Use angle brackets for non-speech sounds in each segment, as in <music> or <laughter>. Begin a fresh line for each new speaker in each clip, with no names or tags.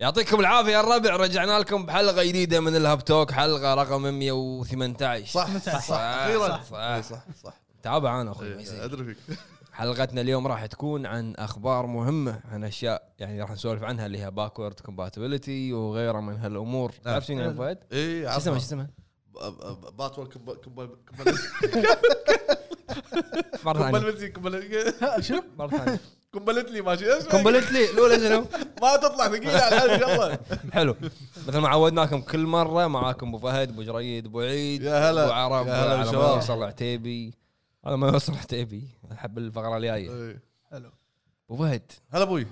يعطيكم العافيه يا الربع رجعنا لكم بحلقه جديده من الهاب توك حلقه رقم 118
صح صح صح
اخيرا
اخيرا
صح طيب،
صح صح
تابع انا اخوي ما
إيه،
يصير.
ادري فيك
حلقتنا اليوم راح تكون عن اخبار مهمه عن اشياء يعني راح نسولف عنها اللي هي باكورد كومباتبيلتي وغيرها من هالامور
نعم.
تعرف شنو يا أبو فهد؟
اي
شو اسمه شو
<laughs>
اسمه؟
باتور كمبل كمبل
مره ثانيه
كمبلتني كمبل-
شنو؟
مره ثانيه
كمبلتني ماشي إيش رأيك؟
كومبلتلي الاولى شنو؟
ما تطلع ثقيله على الهج يلا
<laughs> حلو مثل ما عودناكم كل مره معاكم ابو فهد ابو جريد ابو عيد
يا هلا.
ابو عرب
يا هلا
على ما
بالشباب.
يوصل عتيبي على ما يوصل عتيبي احب الفقره الجايه
إيه.
حلو
ابو فهد
هلا ابوي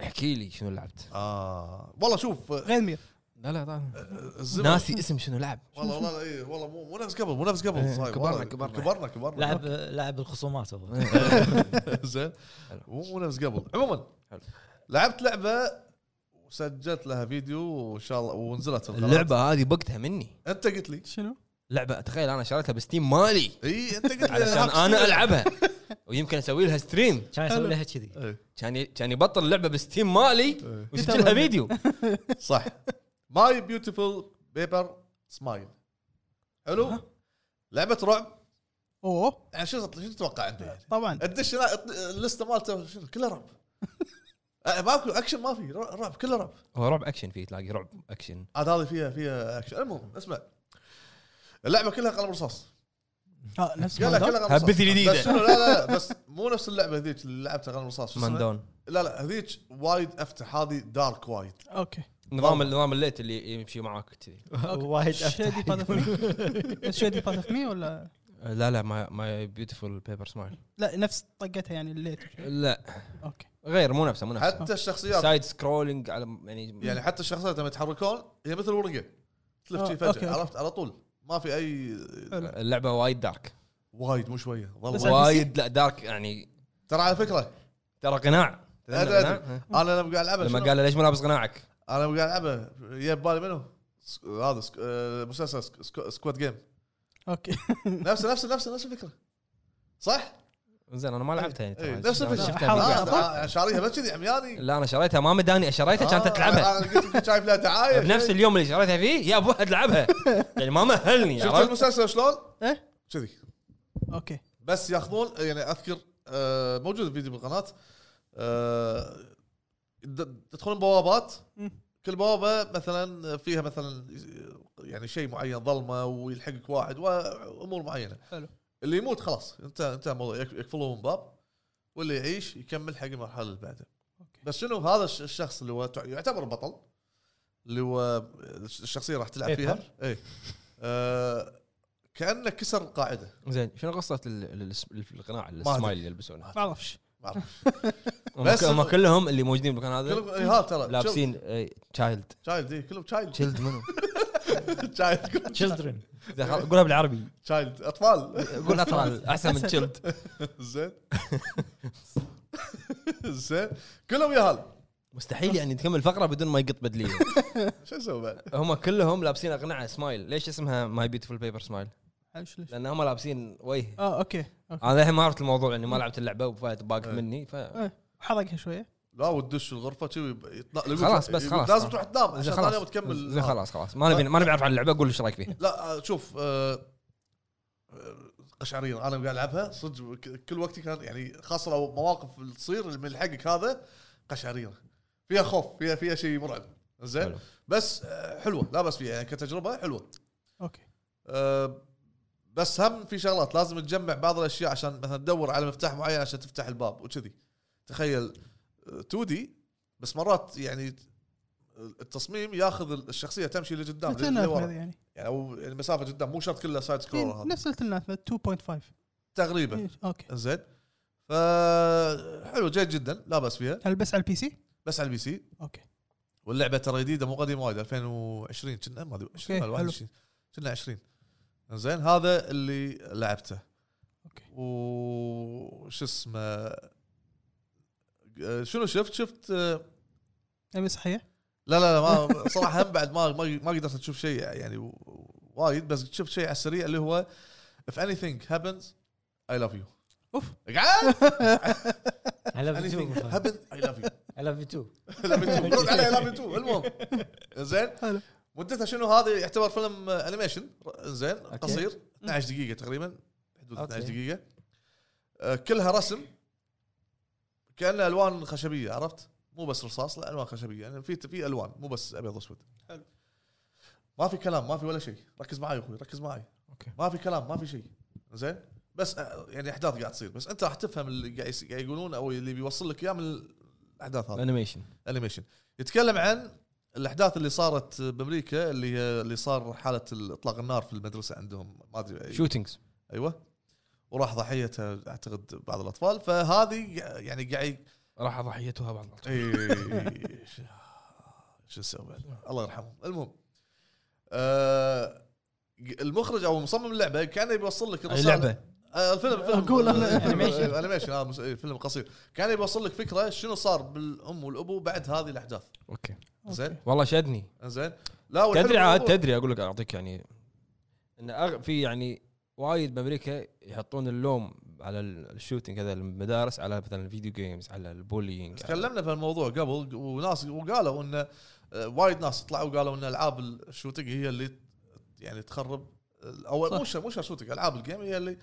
احكي لي شنو لعبت
اه والله شوف آه،
غير مير
لا لا طبعا
الزمن
ناسي اسم شنو لعب
والله والله اي والله مو مو نفس قبل مو نفس قبل
إيه،
صاير
كبرنا-
والله.
كبرنا.
كبرنا كبرنا
لاعب لاعب الخصومات هو
<laughs> زين
حلو.
مو مو نفس قبل عموما
حلو.
لعبت لعبه وسجلت لها فيديو وان شاء الله ونزلت القناة.
اللعبه هذه بقتها مني
انت قلت لي
شنو؟
لعبه تخيل انا شريتها بستيم مالي
اي انت قلت لي
<laughs> علشان
هاك
انا
ستيل.
العبها ويمكن اسوي لها ستريم
كان يسوي لها كذي
إيه،
كان كان يبطل اللعبه بستيم مالي
إيه.
ويسجل لها فيديو
صح ماي بيوتيفول بيبر سمايل حلو لعبه رعب
اوه
يعني شو شو تتوقع انت يعني؟
إيه.
طبعا
الدش لا الط- اللسته مالته شنو كله رعب أه، ماكو اكشن ما في رع- رعب كله رعب
هو رعب اكشن فيه تلاقي رعب اكشن
عاد هذه فيها فيها اكشن المهم اسمع اللعبه كلها قلم رصاص
آه، نفس
قال لك
ما
كلها قلم رصاص.
هبت الجديدة.
بس شنو لا لا لا، بس مو نفس اللعبه ذيك اللي لعبتها قلم رصاص شو اسمها؟
ماندون
لا لا هذيك وايد افتح هذه دارك وايد
اوكي
نظام نظام الليت اللي يمشي معاك كذي
وايد
شادي بارت اوف مي بس <laughs> شادي بارت اوف مي ولا
لا لا ما ما بيوتيفول بيبر سمايل
لا نفس طقتها يعني الليت
لا
اوكي
غير مو نفسه مو نفسه
حتى الشخصيات
سايد سكرولينج على يعني
يعني حتى الشخصيات لما يتحركون هي مثل ورقه تلف
آه،
شي
أوكي،
فجاه
أوكي.
عرفت على طول ما في اي
حلو.
اللعبه وايد دارك
وايد مو شويه
بس
والله
على البي سي؟
وايد لا دارك يعني
ترى على فكره
ترى قناع
أدري،
تدري
أدري.
القناع؟
انا لما قاعد العبها
لما
شنو؟
قال له ليش مو لابس قناعك؟
انا لما قاعد العبها جاي ببالي منو؟ س- هذا سك- آه، مسلسل سك- سك- سكواد جيم
<laughs> اوكي
نفس نفس نفس نفس الفكره صح؟
زين انا ما لعبتها يعني
إيه،
ترى.
نفس الفكره
شفتها
حلقة.
بس.
آه، آه، شاريها بس كذي عمياني
لا انا شريتها ما مداني شريتها كانت
آه، إيه،
تلعبها
انا قلت يمكن شايف لها دعايه
بنفس اليوم اللي شريتها فيه يا ابو واحد لعبها
<laughs>
يعني ما مهلني
شفت
عرفت؟
المسلسل شلون؟
إيه.
كذي
اوكي
بس ياخذون يعني اذكر آه، موجود الفيديو بالقناه آه، د- تدخلون بوابات
مم.
كل بوابه مثلا فيها مثلا يعني شيء معين ظلمه ويلحقك واحد وامور معينه
حلو.
اللي يموت خلاص انت انت الموضوع يك- يقفلون من باب واللي يعيش يكمل حق المرحله اللي بعده
أوكي.
بس شنو هذا الش- الشخص اللي هو تع- يعتبر بطل اللي هو الشخصيه راح تلعب فيها اي آه كانه كسر القاعده
زين شنو قصه ال- ال- الس- القناع السمايل اللي يلبسونه؟
ما اعرفش <laughs>
ما أعرف.
بس
بس-
هم كلهم اللي موجودين بالمكان هذا
كلهم إي هذا ترى
لابسين تشايلد
تشايلد اي كلهم تشايلد
تشيلد
<laughs>
منو؟
تشايلد كلهم
تشلدرن
قولها بالعربي
تشايلد اطفال
قول اطفال احسن من تشيلد
<laughs> زين <laughs> زين كلهم يا هلا
مستحيل يعني تكمل فقره بدون ما يقط بدليه
شو اسوي بعد؟
هم كلهم لابسين اقنعه سمايل ليش اسمها ماي بيوتيفول بيبر سمايل
ايش ليش
لان هم لابسين
آه،
وجه
اه اوكي اوكي
انا الحين ما عرفت الموضوع لاني ما لعبت اللعبه وفايت باك
إيه.
مني ف
حرقها شويه
لا وتدش الغرفه كذي يطلع
خلاص، بس خلاص.
لازم تروح تنام
زين
عشان ثاني يوم
خلاص
تكمل
زين خلاص خلاص ما نبي ما نبي نعرف عن اللعبه قول ايش رايك فيها
لا آه، شوف آه، آه، قشعريره انا قاعد العبها صدق ك- كل وقتي كان يعني خاصه لو مواقف اللي تصير من حقك هذا قشعريره فيها خوف فيها فيها شيء مرعب زين
حلو.
بس آه، حلوه لا بس فيها يعني كتجربه حلوه
اوكي
أه، بس هم في شغلات لازم تجمع بعض الاشياء عشان مثلا تدور على مفتاح معين عشان تفتح الباب وكذي تخيل 2 دي بس مرات يعني التصميم ياخذ الشخصيه تمشي لقدام
مثل
لورا.
الناثمه يعني
يعني او المسافه قدام مو شرط كلها سايد سكرول
إيه،
هذا
نفس مثل الناثمه 2.5
تقريبا
إيه، اوكي
زين ف حلو جيد جدا لا باس فيها
هل بس على البي سي؟
بس على البي سي
اوكي
واللعبه ترى جديده مو قديمه وايد 2020 كنا ما ادري 20 ولا
حلو.
21 كنا 20 زين هذا اللي لعبته
اوكي
وش اسمه آه، شنو شفت شفت آه،
ابي صحيح
لا لا لا ما صراحه هم بعد ما ما, ما قدرت اشوف شيء يعني و- و- وايد بس شفت شيء على السريع اللي هو if anything happens I love you
اوف
قعد <laughs>
هلا
anything happens I love you
الاف 2
لابن 2 رد <laughs> عليه لابن 2 المهم زين
حلو.
مدتها شنو هذا يعتبر فيلم آه، انيميشن ر- زين
أوكي.
قصير 12 دقيقه تقريبا حدود
أوكي.
12 دقيقه آه، كلها رسم كانها الوان خشبيه عرفت مو بس رصاص لا الوان خشبيه يعني في في الوان مو بس ابيض واسود
حلو.
ما في كلام ما في ولا شيء ركز معي يا اخوي ركز معي
أوكي.
ما في كلام ما في شيء زين بس آه، يعني احداث قاعد تصير بس انت راح تفهم اللي قاعد يس- قاعد يقولون او اللي بيوصل لك اياه من الاحداث هذه
انيميشن
انيميشن يتكلم عن الاحداث اللي صارت بامريكا اللي هي- اللي صار حاله اطلاق النار في المدرسه عندهم ما ادري أي-
شوتينجز
ايوه وراح ضحيتها اعتقد بعض الاطفال فهذه يعني
<laughs>
قاعد
راح ضحيتها بعض
إيه،
الأطفال.
إيه.
إي- شو- <laughs> شو نسوي الله يرحمهم المهم آه المخرج او مصمم اللعبه كان يبي يوصل لك
أي
الرساله
لعبه
آه، الفيلم فيلم
أقول أنا.
انيميشن انيميشن هذا مس- إيه، فيلم قصير كان يبي يوصل لك فكره شنو صار بالام والابو بعد هذه الاحداث
اوكي
زين
والله شدني
زين لا والحلو
تدري عاد
بالموضوع-
تدري اقول لك اعطيك يعني ان أغ... في يعني وايد بامريكا يحطون اللوم على ال- الشوتينج هذا المدارس على مثلا الفيديو جيمز على البولينج على-
تكلمنا في الموضوع قبل وناس وقالوا ان آه، وايد ناس طلعوا وقالوا ان العاب الشوتنج هي اللي يعني تخرب او
صح.
مو شا- مو شوتنج العاب الجيم هي اللي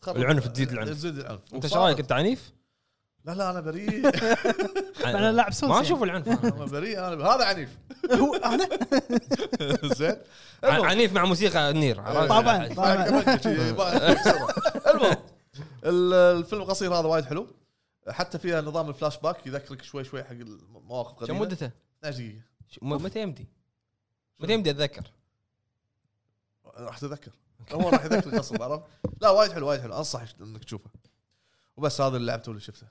تخرب
العنف، تزيد العنف.
تزيد العنف
انت ايش رايك انت
<laughs>
عنيف؟
لا لا انا بريء <laughs>
انا لاعب سولز
ما
يعني.
اشوف العنف أنا.
انا بريء انا هذا
<laughs>
عنيف
هو انا
زين
ع- عنيف مع موسيقى النير عرفت؟
طبعاً.
ع- <laughs>
بعد كمان شي- بعد- بسرعة. المهم ال- الفيلم قصير هذا وايد حلو حتى فيها نظام الفلاش باك يذكرك شوي شوي حق المواقف قديمه
كم مدته؟
12 دقيقه
ش- م- متى يمدي؟ متى يمدي اتذكر؟
راح تذكر اول راح يذكر القصه عرفت لا وايد حلو وايد حلو انصح انك تشوفه وبس هذا اللي لعبته واللي شفته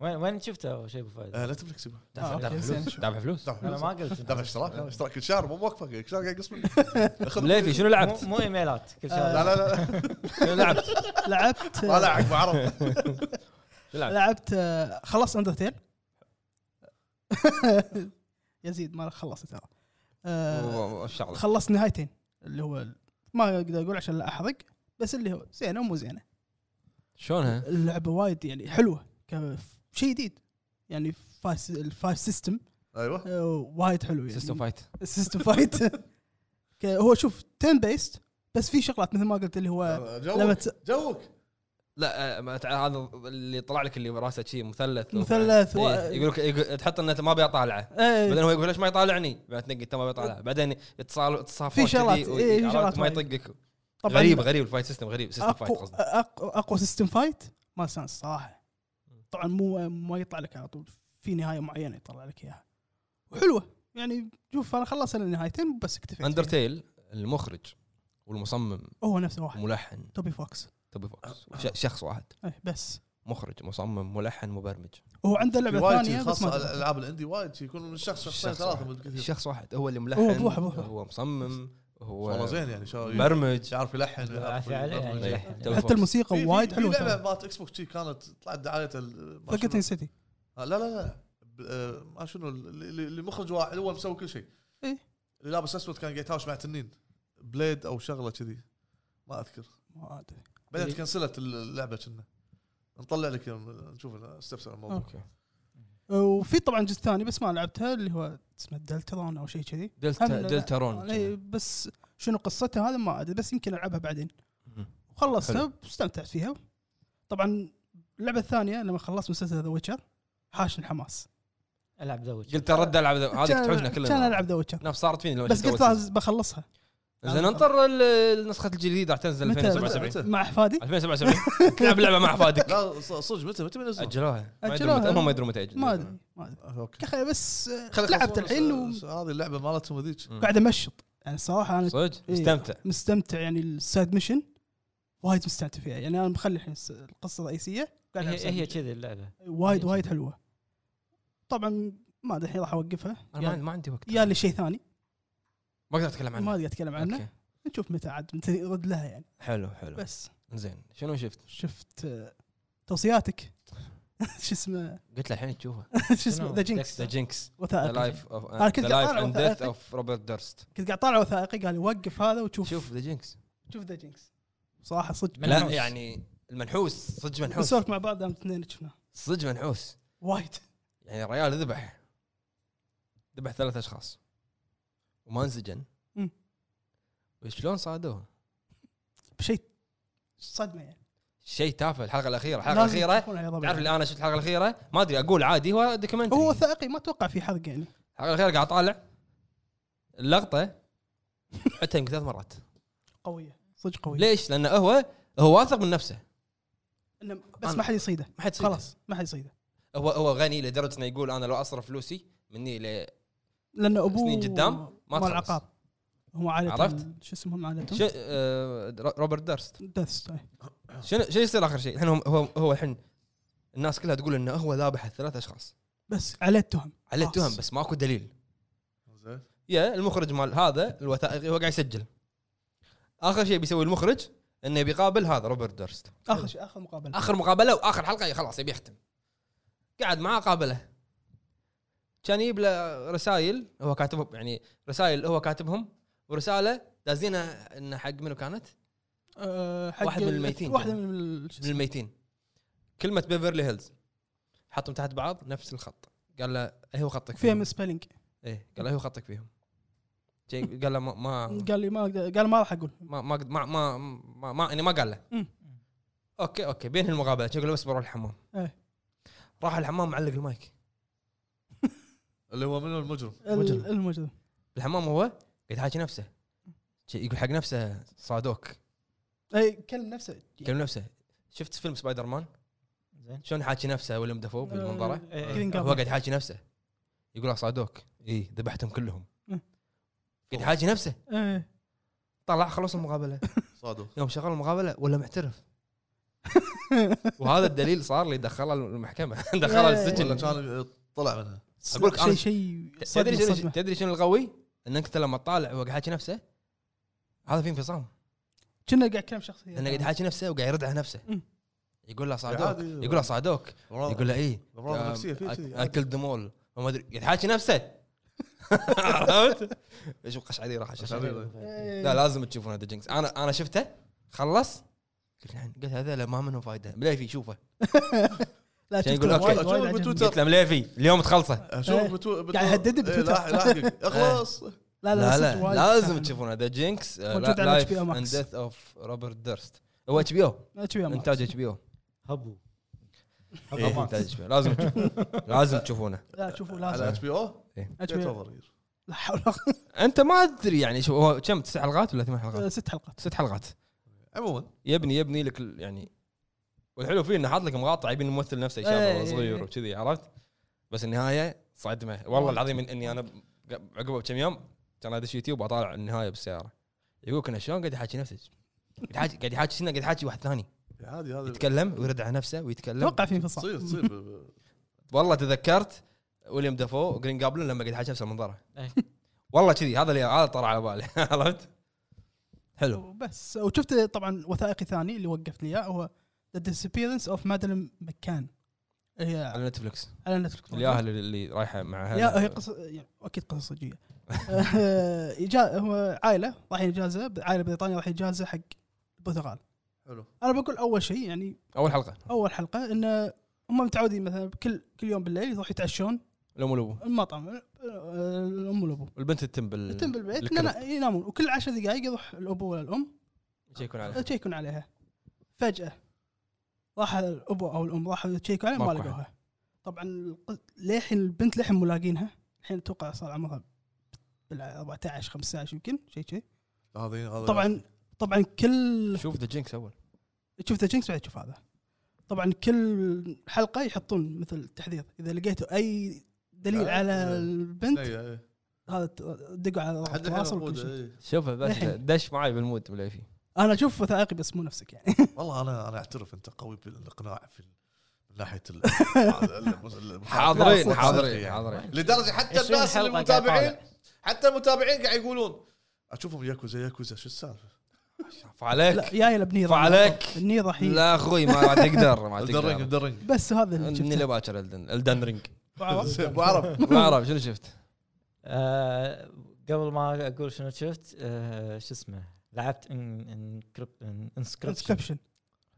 وين وين شفته اول شيء ابو فايز؟
آه لا تفلك سيبه
آه،
دافع
أوكي،
فلوس
زين.
دافع فلوس
دافع
انا
فلوس.
ما قلت
دافع اشتراك لا، اشتراك كل شهر مو موقفك كل شهر قاعد يقص منك أخذ-
مليفي شنو لعبت؟
مو مو ايميلات كل شهر
آه، لا لا لا
شنو <laughs> لعبت؟
لعبت
ما لا عقب عرب
شنو لعبت؟
لعبت آه، خلصت <laughs> اندرتيل يزيد ما خلصت ترى آه،
و- و- الشغله
خلصت نهايتين اللي هو ال- ما اقدر اقول عشان لا احرق بس اللي هو زينه ومو زينه
شلونها؟
اللعبه وايد يعني حلوه شيء جديد يعني فايس الفايف سيستم
ايوه
آه، وايد حلو يعني
سيستم فايت
سيستم فايت <laughs> ك- هو شوف تيم بيست بس في شغلات مثل ما قلت اللي هو
<laughs>
لما
جوك
تس-
جوك
لا آه، ما تع- هذا اللي طلع لك اللي براسه شيء مثلث
مثلث و-
إيه، يقول لك يقول- تحط انه ما بيطالعه بعدين
إيه،
هو يقول ليش ما يطالعني؟ بعدين تنقي انت ما بيطالع بعدين اتصال اتصال
في شغلات، إيه، في شغلات
ما
وايد.
يطقك
طبعاً
غريب غريب الفايت سيستم غريب سيستم فايت
اقوى
قصدي
اقوى, أقوى سيستم فايت ما سانس صراحه طبعا مو ما يطلع لك على طول في نهايه معينه يطلع لك اياها وحلوه يعني شوف انا خلصت النهايتين بس اكتفيت فيها.
اندرتيل المخرج والمصمم
هو نفسه واحد
ملحن
توبي فوكس
توبي فوكس ش- شخص واحد
إيه، بس
مخرج مصمم ملحن مبرمج
هو عنده لعبه
وايد
ثانيه
شي
بس
خاصه
ما
الالعاب الاندي وايد شي يكون من شخص شخصين
شخص
ثلاثه
واحد.
بالكثير
شخص واحد هو اللي ملحن
هو بروحه- بروحه.
هو مصمم
والله
هو
زين يعني شو
مبرمج
يعرف يلحن يعرف
العافية عليه يعني.
يبرمج.
إيه، توبي
حتى
فوكس.
الموسيقى
في- في-
وايد
في
حلوه
لعبه
ترى.
مالت اكس بوكس شي كانت طلعت دعايه ال- ما
فقط
شنو-
إن سيتي
آه، لا لا لا ب- آه، ما شنو اللي- اللي اللي مخرج واحد هو مسوي كل شيء
إيه.
اللي لابس اسود كان قاعد يتهاوش مع تنين بليد او شغله كذي ما اذكر
ما ادري
بعدين
إيه.
كنسلت اللعبه كنا نطلع لك يوم نشوف استفسر الموضوع
أوكي.
وفي طبعا جزء ثاني بس ما لعبتها اللي هو اسمه دلترون او شيء كذي هم
دلتا
لا-
دلتارون
إيه، بس شنو قصتها هذا ما ادري بس يمكن العبها بعدين
مم.
خلصتها واستمتعت فيها طبعا اللعبه الثانيه لما خلصت مسلسل ذا ويتشر حاشن حماس
العب ذا ويتشر.
قلت ارد العب ذا- هذيك
كان-
تحوشنا
كان
كلنا
العب ذا ويتشر
نفس صارت فيني لما
بس
شفت
قلت
أول
لازم بخلصها
سيزون. زين انطر ال- النسخه الجديده راح تنزل
متى-
2077
متى-
مع احفادي <laughs>
2077 تلعب لعبه مع فادك
لا ص- صدق متى متى بينزلون؟
اجلوها ما يدرون
أجلوها.
متى هم ما يدرون متى يأجلون.
ما ادري ما ادري
آه، اوكي
يا اخي بس آه،
خلي- خلي-
لعبت
خلي-
الحين
س- هذه اللعبه مالتهم هذيك
مم.
وقاعد امشط يعني الصراحه انا
صدق
إيه.
استمتع
مستمتع يعني السايد ميشن وايد مستمتع فيها يعني انا مخلي الحين الس- القصه الرئيسيه قاعد ألعب
هي
side
هي
mission.
كذي اللعبه
وايد وايد حلوه طبعا ما ادري الحين راح اوقفها
انا ما عندي- ما عندي وقت
يا لي شيء ثاني
ما اقدر اتكلم
ما
عنه
ادري اتكلم عنه
أوكي.
نشوف متى عاد متى يرد لها يعني
حلو حلو
بس
زين شنو شفت؟
شفت آه، توصياتك <laughs> شو اسمه <laughs>
قلت له الحين تشوفه
شو اسمه
شنو؟
ذا جينكس
ذا جينكس ذا
وثائقي
لايف اوف
أنا كنت
ذا لايف
قاعد
اند
أطالع
ديث اوف روبرت ديرست
كنت قاعد طالع وثائقي قال لي وقف هذا وشوف
شوف ذا جينكس
شوف ذا جينكس صراحه صدق
منحوس.
لا يعني المنحوس صدق منحوس
نسولف مع بعض دام اثنين شفناه
صدق منحوس
وايد
يعني الريال ذبح ذبح ثلاث اشخاص وما انسجن
مم.
وشلون صادوه؟
بشيء صدمه يعني
شيء تافه الحلقه الاخيره الحلقه الاخيره تعرف اللي انا شفت الحلقه الاخيره ما ادري اقول عادي هو دوكيومنتري
هو وثائقي ما اتوقع في حرق يعني
الحلقه الاخيره قاعد اطالع
<laughs>
اللقطه عدتها يمكن ثلاث مرات
قويه صدق قويه
ليش؟ لانه هو هو واثق من نفسه
إنه بس ما حد يصيده
ما حد يصيده.
خلاص ما حد يصيده
هو هو غني لدرجه انه يقول انا لو اصرف فلوسي مني ل
لان ابوه
سنين قدام ما
ما
تخلص.
العقاب هم عائلة
عرفت؟
شو اسمهم عائلتهم؟
ش... آه... روبرت دارست
دث
شنو شنو يصير اخر شيء؟ الحين هم- هو هو الحين الناس كلها تقول انه هو ذابح الثلاث اشخاص
بس عليه التهم
على
خلاص.
التهم بس ماكو دليل
زين
يا المخرج مال هذا الوثائقي هو قاعد يسجل اخر شيء بيسوي المخرج انه بيقابل هذا روبرت ديرست
اخر شيء اخر مقابله
اخر مقابله واخر حلقه خلاص يبي يختم قعد معاه قابله كان يجيب له رسائل هو كاتبهم يعني رسائل هو كاتبهم ورساله دازينها انه حق منو كانت؟
أه حق
واحد من
ال-
الميتين
واحده
كان.
من ال- شو
من
اسمه؟
الميتين كلمه بيفرلي هيلز حطهم تحت بعض نفس الخط قال له ايه هو خطك
فيها من سبيلينج
ايه قال له ايه هو خطك فيهم شي- قال له ما
<laughs>
ما
قال لي ما اقدر قال ما راح اقول
ما ما ما ما, ما, ما يعني ما قال له
مم.
اوكي اوكي بينهي المقابله شي يقول له بس بروح الحمام
إيه.
راح الحمام معلق المايك
اللي هو منو المجرم
مجرم.
ال- المجرم
بالحمام هو قاعد يحاكي نفسه شي يقول حق نفسه صادوك
اي كلم نفسه
كلم نفسه شفت فيلم سبايدر مان
زين
شلون حاكي نفسه ويلم دافو بالمنظره
إيه.
جرين
هو قاعد
جابل.
يحاكي نفسه يقول صادوك اي ذبحتهم كلهم
أه.
قاعد يحاكي نفسه
إيه.
طلع خلص المقابله
صادوق
يوم شغل المقابله ولا معترف وهذا الدليل صار اللي دخله <laughs> المحكمه دخله
إيه.
ولا
السجن
كان طلع منها
أقول لك أنا-
شيء شيء
تدري
صدمة-
شنو
صدمة.
تدري شنو القوي؟ انك انت لما تطالع وهو قاعد يحاكي نفسه هذا في انفصام
كنا قاعد كلام شخصيه
لانه قاعد يحاكي نفسه وقاعد يرد على نفسه
أمم.
يقول له صادوك
يعني عادي.
يقول له صادوك
أمراض-
يقول له ايه
الامراض
آم،
النفسيه في
أك-
شيء
اكل دمول وما ادري قاعد يحاكي نفسه
<laughs>
عرفت؟ شوف قشعري راح
قشعريرة.
قشعري
إيه.
لا لازم تشوفون هذا جنكس انا انا شفته خلص قلت نعم قلت هذا لا ما منه فايده مليفي شوفه
لا
شي
شفت
يقول أوكي.
وايد-
شوف
وايد عجبني.
بتويتر.
قلت له مليفي اليوم تخلصه
اشوف
إيه.
بتو... بتو...
قاعد يهددني
إيه،
بتويتر.
لاحق-
<laughs>
لاحقك اخلص
لا
لا
لا
لا
شفت وايد
لازم
كان.
تشوفون آه، ذا جنكس
موجود على
لايف
HBO Max.
اند ديث اوف روبرت ديرست هو اتش بي او
اتش بي ام
انتاج اتش بي او
هبو هبو
انتاج
ماكس.
اتش بي لازم تشوف- لازم تشوفونه
لا شوفوا
على
لازم
اتش بي او
اتش بي ام لا حول ولا قوة.
انت ما ادري يعني شو هو كم تسع حلقات ولا ثمان حلقات؟
ست حلقات
ست حلقات
عموما
يبني يبني لك ال- يعني والحلو فيه انه حاط لك مقاطع يبين الممثل نفسه
إيه،
يشاف
إيه،
وهو صغير
إيه.
وكذي عرفت بس النهايه صدمه والله العظيم إن- اني انا ب- عقبه بكم يوم كان ادش يوتيوب واطالع النهايه بالسياره يقولك انه شلون قاعد يحاكي نفسك قاعد يحاكي قاعد يحاكي شنو قاعد يحاكي واحد ثاني
عادي هذا
يتكلم ويرد على نفسه ويتكلم
اتوقع في انفصال
يعني تصير تصير ب- ب-
والله تذكرت ويليام دافو وجرين جابلن لما قاعد يحاكي نفس المنظره
إيه.
والله كذي هذا اللي هذا طلع على بالي <laughs> عرفت حلو
بس وشفت طبعا وثائقي ثاني اللي وقفت لي اياه هو ذا ديسابيرنس اوف مادلين مكان هي
على نتفلكس
على نتفلكس
الياهل اللي رايحه مع
يا هي
أهلها.
قصة يعني اكيد قصص صجيه <laughs> آه، إجا- هو عائله رايحين اجازه عائله بريطانيه رايحين اجازه حق البرتغال
حلو
انا بقول اول شيء يعني
اول حلقه
اول حلقه انه هم متعودين مثلا كل كل يوم بالليل يروح يتعشون
الام والابو
المطعم آه، الام والابو
والبنت تتم بال
يتم بالبيت
الكلب.
لنا- ينامون وكل عشر دقائق يروح الابو ولا الام
يكون عليها
تشيكون عليها فجأة راح الأبو أو الأم راحوا يتشيكوا عليها ما
ماكو
لقوها طبعا الق- للحين البنت للحين ملاقينها الحين أتوقع صار عمرها بال 14 15 يمكن شيء شيء
هذا هذا
طبعا طبعا كل
شوف ذا جينكس اول
شوف ذا جينكس بعد تشوف هذا طبعا كل حلقة يحطون مثل تحذير إذا لقيتوا أي دليل
لا،
على
لا.
البنت
إيه، إيه.
هذا ت- دقوا على رقم
حد الحين
التواصل
موجود،
وكل شيء
إيه.
شوفه بس
للحين.
دش معي بالمود مليفي
أنا أشوف وثائقي بس مو نفسك يعني
والله انا انا اعترف انت قوي بالاقناع في ال- من ناحيه ال- ال- ال-
<laughs>
<laughs>
حاضرين
صدق،
حاضرين
يعني.
حاضرين
لدرجه حتى
20
الناس
حلقة قاعد
المتابعين
طالع.
حتى المتابعين قاعد يقولون اشوفهم ياكوزا ياكوزا شو السالفه؟
<laughs> لا
فعليك
يا يا بنيرة
فعليك.
النيرة هي
لا اخوي ما راح تقدر ما
الدرينج
تقدر
الدرينج
بس هذا اللي
من
شفته
اللي باكر الدن الدن رينج
<laughs> ابو عرب
ما اعرف شنو شفت
آه، قبل ما اقول شنو شفت آه، شو اسمه لعبت انسكربشن
انسكربشن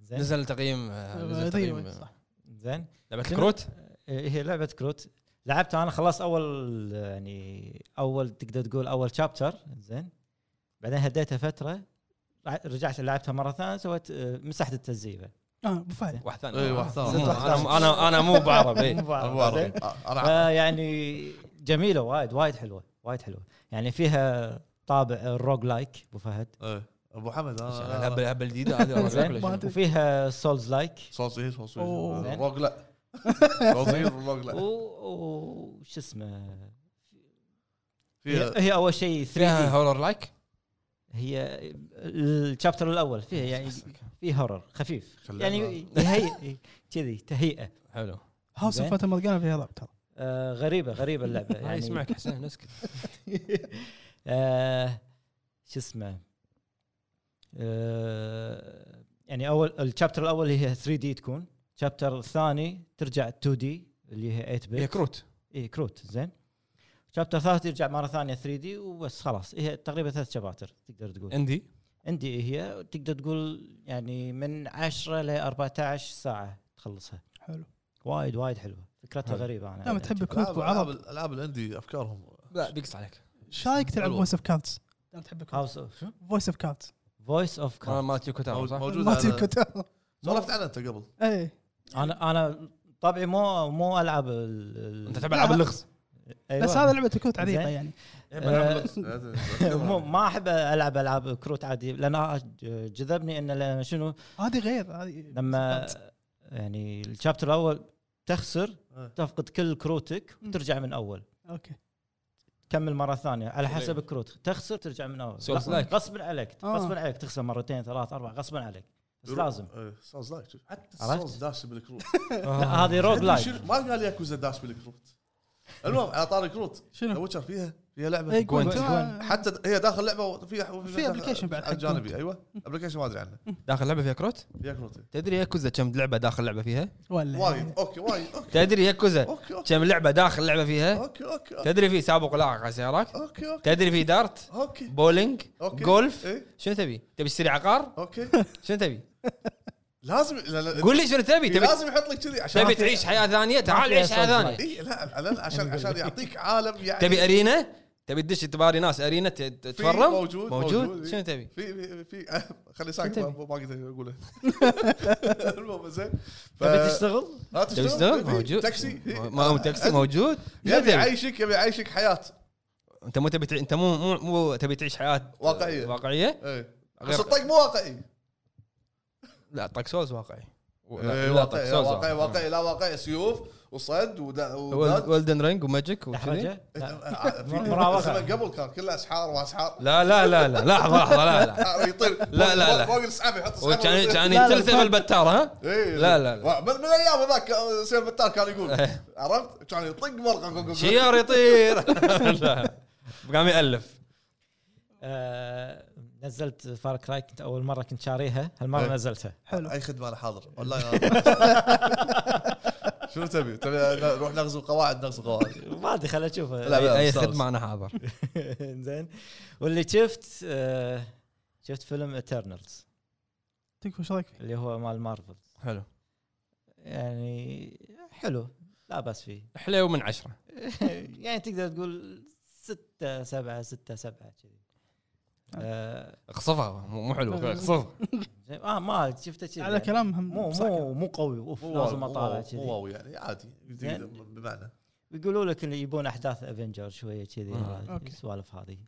زين
<laughs> طيب،
نزل تقييم آه، نزل تقييم آه،
زين
لعبه
شنو؟
كروت
آه، هي لعبه إيه، كروت لعبت انا خلصت اول يعني اول تقدر تقول اول شابتر زين بعدين هديتها فتره رع- رجعت لعبتها مره ثانيه سويت آه، مسحت التسييفه
اه ابو فهد
واحد ثاني
إي، واحد ثاني.
مو- انا انا انا مو بعرب
مو <laughs>
اي
بعرف،
أنا
زين؟
أعرف. انا
يعني جميله وايد وايد حلوه وايد حلوه يعني فيها طابع الروج لايك ابو فهد
إيه. ابو حمد انا
الهبه
أنا-
الهبه الجديده هذه والله
زين.
شكلها شنو.
وفيها سولز لايك
صوص ايه صوص ايه
أوه.
روج لا صوصير روج لا
وش اسمه هي,
فيها
هي اول شيء 3
فيها
دي
هورر لايك
هي الشابتر الاول فيها يعني في هورر خفيف
خلينا-
يعني <laughs> يهيئ كذي تهيئه
حلو
هاوس اوف
زين.
فاتمرجانا فيها ضبط ترى
آه غريبه غريبه
<laughs>
اللعبه
ما
يعني
يسمعك حسين اسكت
<laughs> آه، شو اسمه آه، يعني اول الشابتر الاول اللي هي 3 دي تكون الشابتر الثاني ترجع 2 دي اللي هي 8
هي
بت
كروت
اي كروت زين شابتر ثالث يرجع مره ثانيه 3 دي وبس خلاص هي تقريبا ثلاث شباتر تقدر تقول
عندي
عندي هي تقدر تقول يعني من 10 ل 14 ساعه تخلصها
حلو
وايد وايد حلوه فكرتها
حلو.
غريبه انا
دام تحب
أعجبت.
الكروت
العاب العاب
وعرب
الالعاب الاندي افكارهم
لا بيقص عليك
شايك تلعب
حلو.
فويس اوف كاتس دام تحب الكروت
هاوس اوف شو؟
فويس اوف كاتس
فويس اوف
ما
كارد
ما تجي كتاب صح؟
موجود
ما إيه.
على-
تنكتر
سولفت عنها انت قبل
اي
انا انا طبعي مو مو العب ال- ال-
انت تبع العاب <laughs> اللغز
أيوة.
بس هذا لعبه كروت عريضه
زين.
يعني
<laughs>
<laughs>
مو ما احب العب العاب كروت عادي لان جذبني ان لأن شنو
هذه غير هذه
لما
بالضبط.
يعني الشابتر الاول تخسر
آه.
إيه.
تفقد كل كروتك وترجع من اول
اوكي
كمل مره ثانيه على
طبيعي.
حسب الكروت تخسر ترجع من اول
سولز
غصب-
لايك.
غصبا عليك
آه.
غصبا عليك تخسر مرتين ثلاث اربع غصبا عليك بس لازم
سولز لايك حتى
عرفت؟
سولز داش بالكروت
آه.
لا هذه روج لايك
شنو- ما قال ياكوزا داش بالكروت المهم على طاري كروت
شنو؟
ويتشر فيها فيها لعبه
إي، جوين.
جوين.
آه،
حتى هي داخل لعبه وفيها
في application بعد حق
جانبي
كروت.
ايوه ابلكيشن ما ادري عنه
داخل لعبه فيها كروت؟
فيها كروت إي.
تدري ياكوزا كم لعبه داخل لعبه فيها؟
ولا يعني.
وايد اوكي وايد اوكي
تدري ياكوزا
اوكي اوكي
كم لعبه داخل لعبه فيها؟
اوكي اوكي اوكي
تدري في سابق ولاعق على سيارات؟
اوكي اوكي
تدري في دارت؟
اوكي
بولينج؟
أوكي.
جولف؟
إيه.
شنو تبي؟ تبي تشتري عقار؟
اوكي
شنو تبي؟
لازم لا لا
قول لي شنو تبي؟
إيه،
تبي
لازم يحط لك كذي عشان
تبي تعيش حياه ثانيه؟ تعال
فيها
عيش حياه
صوت
ثانيه
لايك.
اي إيه، لا على الأقل
<laughs>
عشان عشان يعطيك عالم يعني
تبي ارينا؟ تبي تدش تباري ناس ارينا ت- تتفرم؟
موجود، موجود. إيه.
موجود شنو تبي؟
في في في <laughs> خلي ساكت
تبي؟
ما ما اقدر
<laughs>
اقوله المهم زين ف-
تبي تشتغل
ها
تبي
تشتغل؟
تشتغل؟
في-
موجود
تاكسي إي.
ما هو تاكسي موجود شنو
يبي
تبي؟
يعيشك يبي يعيشك حياه
انت مو تبي تع- انت مو مو مو تبي تعيش حياه
واقعية.
واقعيه؟
إيه.
غير-
بس الطق مو واقعي
لا طق سولز واقعي
إيه،
لا طيب، لا طق
واقعي
سولز
واقعي واقعي لا واقعي سيوف وصد إيه، وداد
ولدن رينج وماجيك وكذي
تحرجه لا.
آه،
مراوغة.
قبل كان كله اسحار
<laughs>
واسحار
لا لا لا لا لحظه لحظه لا
<laughs>
لا
آه، يطير
لا، لا، لا.
فوق السحاب يحط السحاب
وكان كان
لا، لا،
يتلثف
لا.
البتار ها؟
إيه.
لا، لا، إيه. لا.
من, من ايام ذاك آه، سيف بتار كان يقول عرفت؟ كان يطق ورقه
شيار يطير <laughs> لا. قام يالف
آه، نزلت فار كراي كنت اول مره كنت شاريها هالمره
إيه.
نزلتها
حلو
اي خدمه انا حاضر اونلاين
<laughs>
شنو تبي؟ تبي نروح نغزو قواعد نغزو قواعد
<laughs> ما ادري خل اشوفها <laughs>
لا،
اي
لا،
أي
أستانس.
خدمه انا حاضر
زين واللي شفت آه، شفت فيلم اترنالز
تكفى ايش رايك فيه؟
اللي هو مال مارفل
حلو
يعني حلو لا باس <laughs> فيه
حلو من عشره
يعني تقدر تقول ستة سبعة ستة سبعة كذي آه،
اقصفها مو مو حلو اقصفها
زين. اه ما شفته كذي
على
يعني.
كلامهم
مو مو مو قوي اوف لازم اطالع
مو
كذي
واو يعني عادي
زين.
بمعنى
يقولوا لك اللي يبون احداث افنجر شويه كذي
آه.
مم.
هذه
أوكي.
السوالف هذه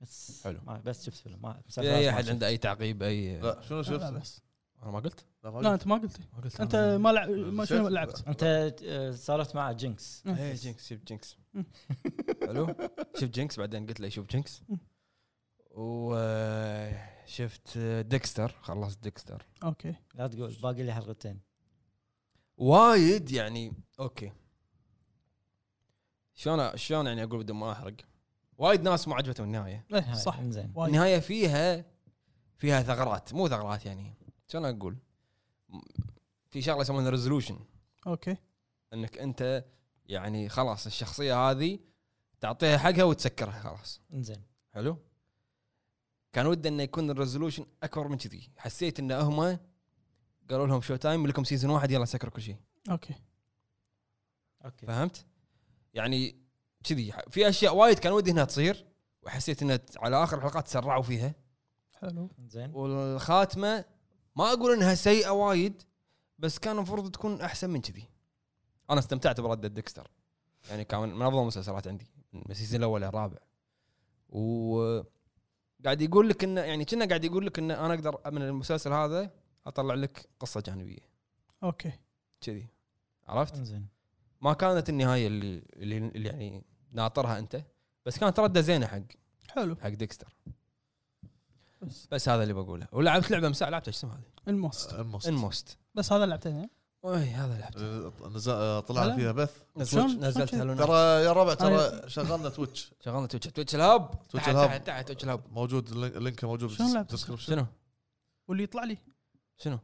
بس
حلو.
ما بس شفت فيلم ما
اي
ما
احد
شفت.
عنده اي تعقيب اي
لا شنو
لا
شفت؟
بس
انا ما قلت
لا انت ما قلت
ما قلت
انت ما لعب ما شنو لعبت
انت آه، صارت مع جينكس
ايه جينكس شوف جينكس حلو شوف جينكس بعدين قلت له شوف جينكس
مم.
وشفت ديكستر خلصت ديكستر
اوكي
لا تقول باقي لي حلقتين
وايد يعني اوكي شلون شلون يعني اقول بدون ما احرق وايد ناس ما عجبتهم النهايه
ايه صح
زين
وايد.
النهايه فيها فيها ثغرات مو ثغرات يعني شلون اقول م- في شغله يسمونها ريزولوشن
اوكي
انك انت يعني خلاص الشخصيه هذه تعطيها حقها وتسكرها خلاص
زين
حلو كان ودي انه يكون الريزولوشن اكبر من كذي حسيت ان هم قالوا لهم شو تايم لكم سيزون واحد يلا سكروا كل شيء
اوكي
اوكي
فهمت يعني كذي في اشياء وايد كان ودي انها تصير وحسيت انها على اخر الحلقات تسرعوا فيها
حلو
زين
والخاتمه ما اقول انها سيئه وايد بس كان المفروض تكون احسن من كذي انا استمتعت برده ديكستر يعني كان من افضل المسلسلات عندي من السيزون الاول الرابع و قاعد يقول لك انه يعني كنا قاعد يقول لك انه انا اقدر من المسلسل هذا اطلع لك قصه جانبيه
اوكي
كذي عرفت؟
زين
ما كانت النهايه اللي, اللي اللي يعني ناطرها انت بس كانت رده زينه حق
حلو
حق ديكستر
بس
بس هذا اللي بقوله ولعبت لعبه مساء لعبت ايش اسمها هذه؟
الموست
الموست
انموست
بس هذا إيه؟ لعبته زين
وي هذا لعبت
آه، نز- آه، طلعنا
هلا.
فيها بث
شلون-
نزلت
شلون
هالو نايت.
ترى يا ربع
أنا-
ترى شغلنا تويتش
شغلنا تويتش تويتش الهب
تويتش
تعال-
الهب.
تعال- تعال تويتش الهب
موجود اللينك اللينك موجود
شلون لعبت؟
بالديسكربشن
شنو
واللي يطلع لي
<laughs> شنو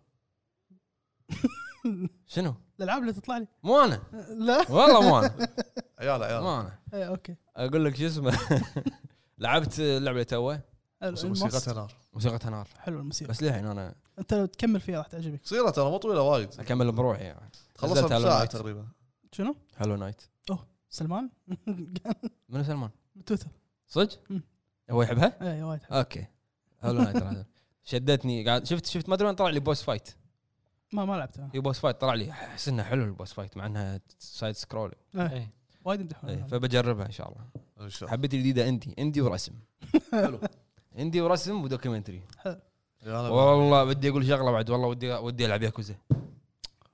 شنو
الالعاب اللي تطلع لي
مو انا
لا
والله مو <laughs> انا
عيال عيال
مو <laughs> انا
إيه، اوكي
اقول لك شو اسمه <laughs> لعبت اللعبه اللي توه
حلو.
موس-
الموست.
موسيقتها نار
موسيقتها نار
حلو الموسيقى
بس للحين انا
انت لو تكمل فيها راح تعجبك
قصيره ترى مو طويله وايد
اكمل بروحي يعني
خلصها
نزلت هالو
بساعه
نايت.
تقريبا
شنو؟
هالو نايت
سلمان؟ <laughs>
منو سلمان
تويتر
صدق
مم.
هو يحبها
اي إيه، وايد حلو.
اوكي هالو نايت راح. شدتني قاعد شفت شفت ما ادري وين طلع لي بوس فايت
ما ما لعبتها
في بوس فايت طلع لي احس انه حلو البوس فايت مع انها سايد سكرول
إيه.
وايد يمدحون
إيه، فبجربها ان شاء الله
ان شاء الله
حبيت الجديده عندي عندي ورسم
حلو يعني
عندي ورسم ودوكيومنتري
يا أنا-
والله بدي اقول شغله بعد والله ودي ودي العب ياكوزا
اي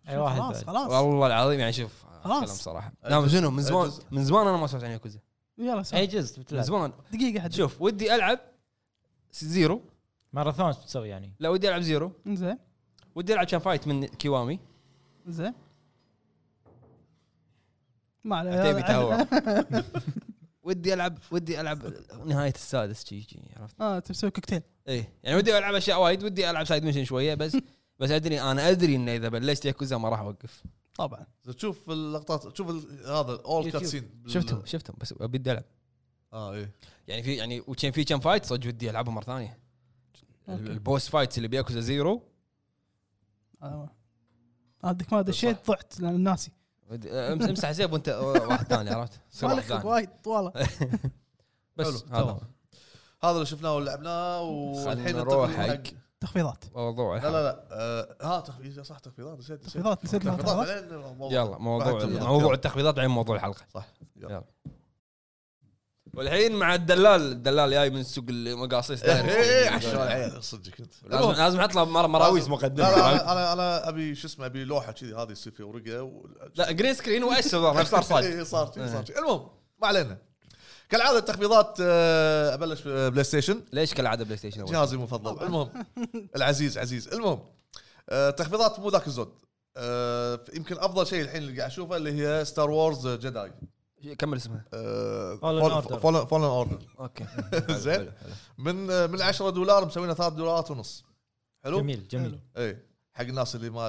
إيه، واحد
خلاص
بعد.
خلاص
والله العظيم يعني شوف
خلاص.
كلام صراحه لا شنو من زمان
أجز.
من زمان انا ما سمعت عن ياكوزا
يلا سلام.
اي جزء
من
بتلعب
زمان
دقيقه حد
شوف ودي العب زيرو
ماراثون شو بتسوي يعني
لا ودي العب زيرو
زين
ودي العب كان فايت من كيوامي
زين ما عليه
عتيبي
هذا-
تهور
<laughs>
ودي العب ودي العب نهايه السادس شي شي عرفت
اه تسوي كوكتيل
ايه يعني ودي العب اشياء وايد ودي العب سايد ميشن شويه بس بس ادري انا ادري انه اذا بلشت ياكوزا ما راح اوقف
طبعا
تشوف اللقطات شوف ال- هذا اول
يوتيوب.
كاتسين
شفتهم شفتهم بس بدي العب
اه ايه
يعني في يعني وكان في كم فايت صدق ودي العبها مره ثانيه
أوكي.
البوس فايتس اللي بياكوزا زيرو
هذا آه. هذيك ما دشيت ضعت لان ناسي
ودي- امس- امسح سيف وانت واحد ثاني
<laughs>
عرفت؟ صير واحد
مالك خلق
ثاني
وايد طواله
بس
حلو،
هذا
تمام. هذا اللي شفناه ولعبناه والحين
خلنا
ننتقل
نروح
حق
حق-
تخفيضات
هو موضوع
لا لا لا آه، ها تخفيض صح تخفيضات نسيت نسيت. <laughs>
تخفيضات نسيت ما
تخفيضات
تخفيضات
بعدين الموضوع.
يلا موضوع
بعد تفضل.
موضوع التخفيضات عين موضوع الحلقه
صح. يلا.
يلا. والحين مع الدلال الدلال جاي من سوق
<laughs>
المقاصيص <laughs> داير.
ايه عشان عيال صدق انت
إيه، لازم لازم اطلب مر- مراويز مقدمه
لا لا انا انا انا ابي شو اسمه ابي لوحه كذي هذه يصير فيها ورقه و... <laughs>
لا جرين سكرين وايش صار نفس صار صاد
إيه، صار شي،
إيه.
صار شي. المهم ما علينا كالعاده التخفيضات آه، ابلش بلاي ستيشن
ليش كالعاده بلاي ستيشن أول؟
جهازي المفضل المهم العزيز عزيز المهم آه، تخفيضات مو ذاك الزود آه، يمكن افضل شيء الحين اللي قاعد اشوفه اللي هي ستار وورز جداي
كمل اسمها
آه،
Order.
فولن اوردر
اوكي
زين.
حلو، حلو.
من آه، من 10 دولار مسوينا 3 دولارات ونص حلو
جميل جميل
اي حق الناس اللي ما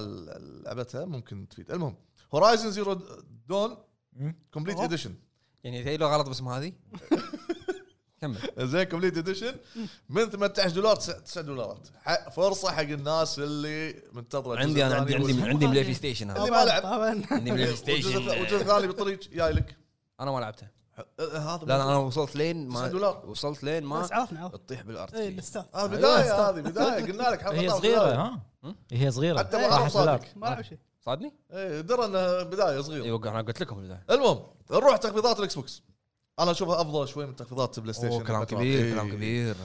لعبتها ممكن تفيد المهم هورايزن زيرو دون
مم.
كومبليت
أوه.
اديشن
يعني هي لو غلط باسم
<laughs>
هذه كمل
زين كومبليت اديشن من 18 دولار 9 دولارات ح- فرصه حق الناس اللي منتظره الجزء
عندي انا
الثاني
عندي عندي
والجزء-
عندي بلاي ستيشن هذا
اللي ما لعب.
طبعا
عندي بلاي ستيشن
إيه، والجزء- والجزء الثاني بالطريق جاي لك
انا ما لعبته
آه، هذا
لا لا انا وصلت لين
9
ما
دولار
وصلت لين
بس
ما
عرفنا عرفنا
تطيح
إيه،
بالارض
إيه،
اي
فيه.
الاستاذ
هذه
أيوة.
بدايه هذه بدايه قلنا لك حلقة
آه، هي
طاف
صغيره
بداية.
ها هي صغيره
حتى
واحد
ما
دولار.
صادق
ما لعب شيء
صادني؟
اي إيه، درى انها بدايه
إيه.
صغيره
ايوه انا قلت لكم بالبداية.
المهم نروح تخفيضات الاكس بوكس انا اشوفها افضل شوي من تخفيضات بلاي ستيشن
أوه، كلام
الفترة.
كبير
إيه.
كلام كبير
80%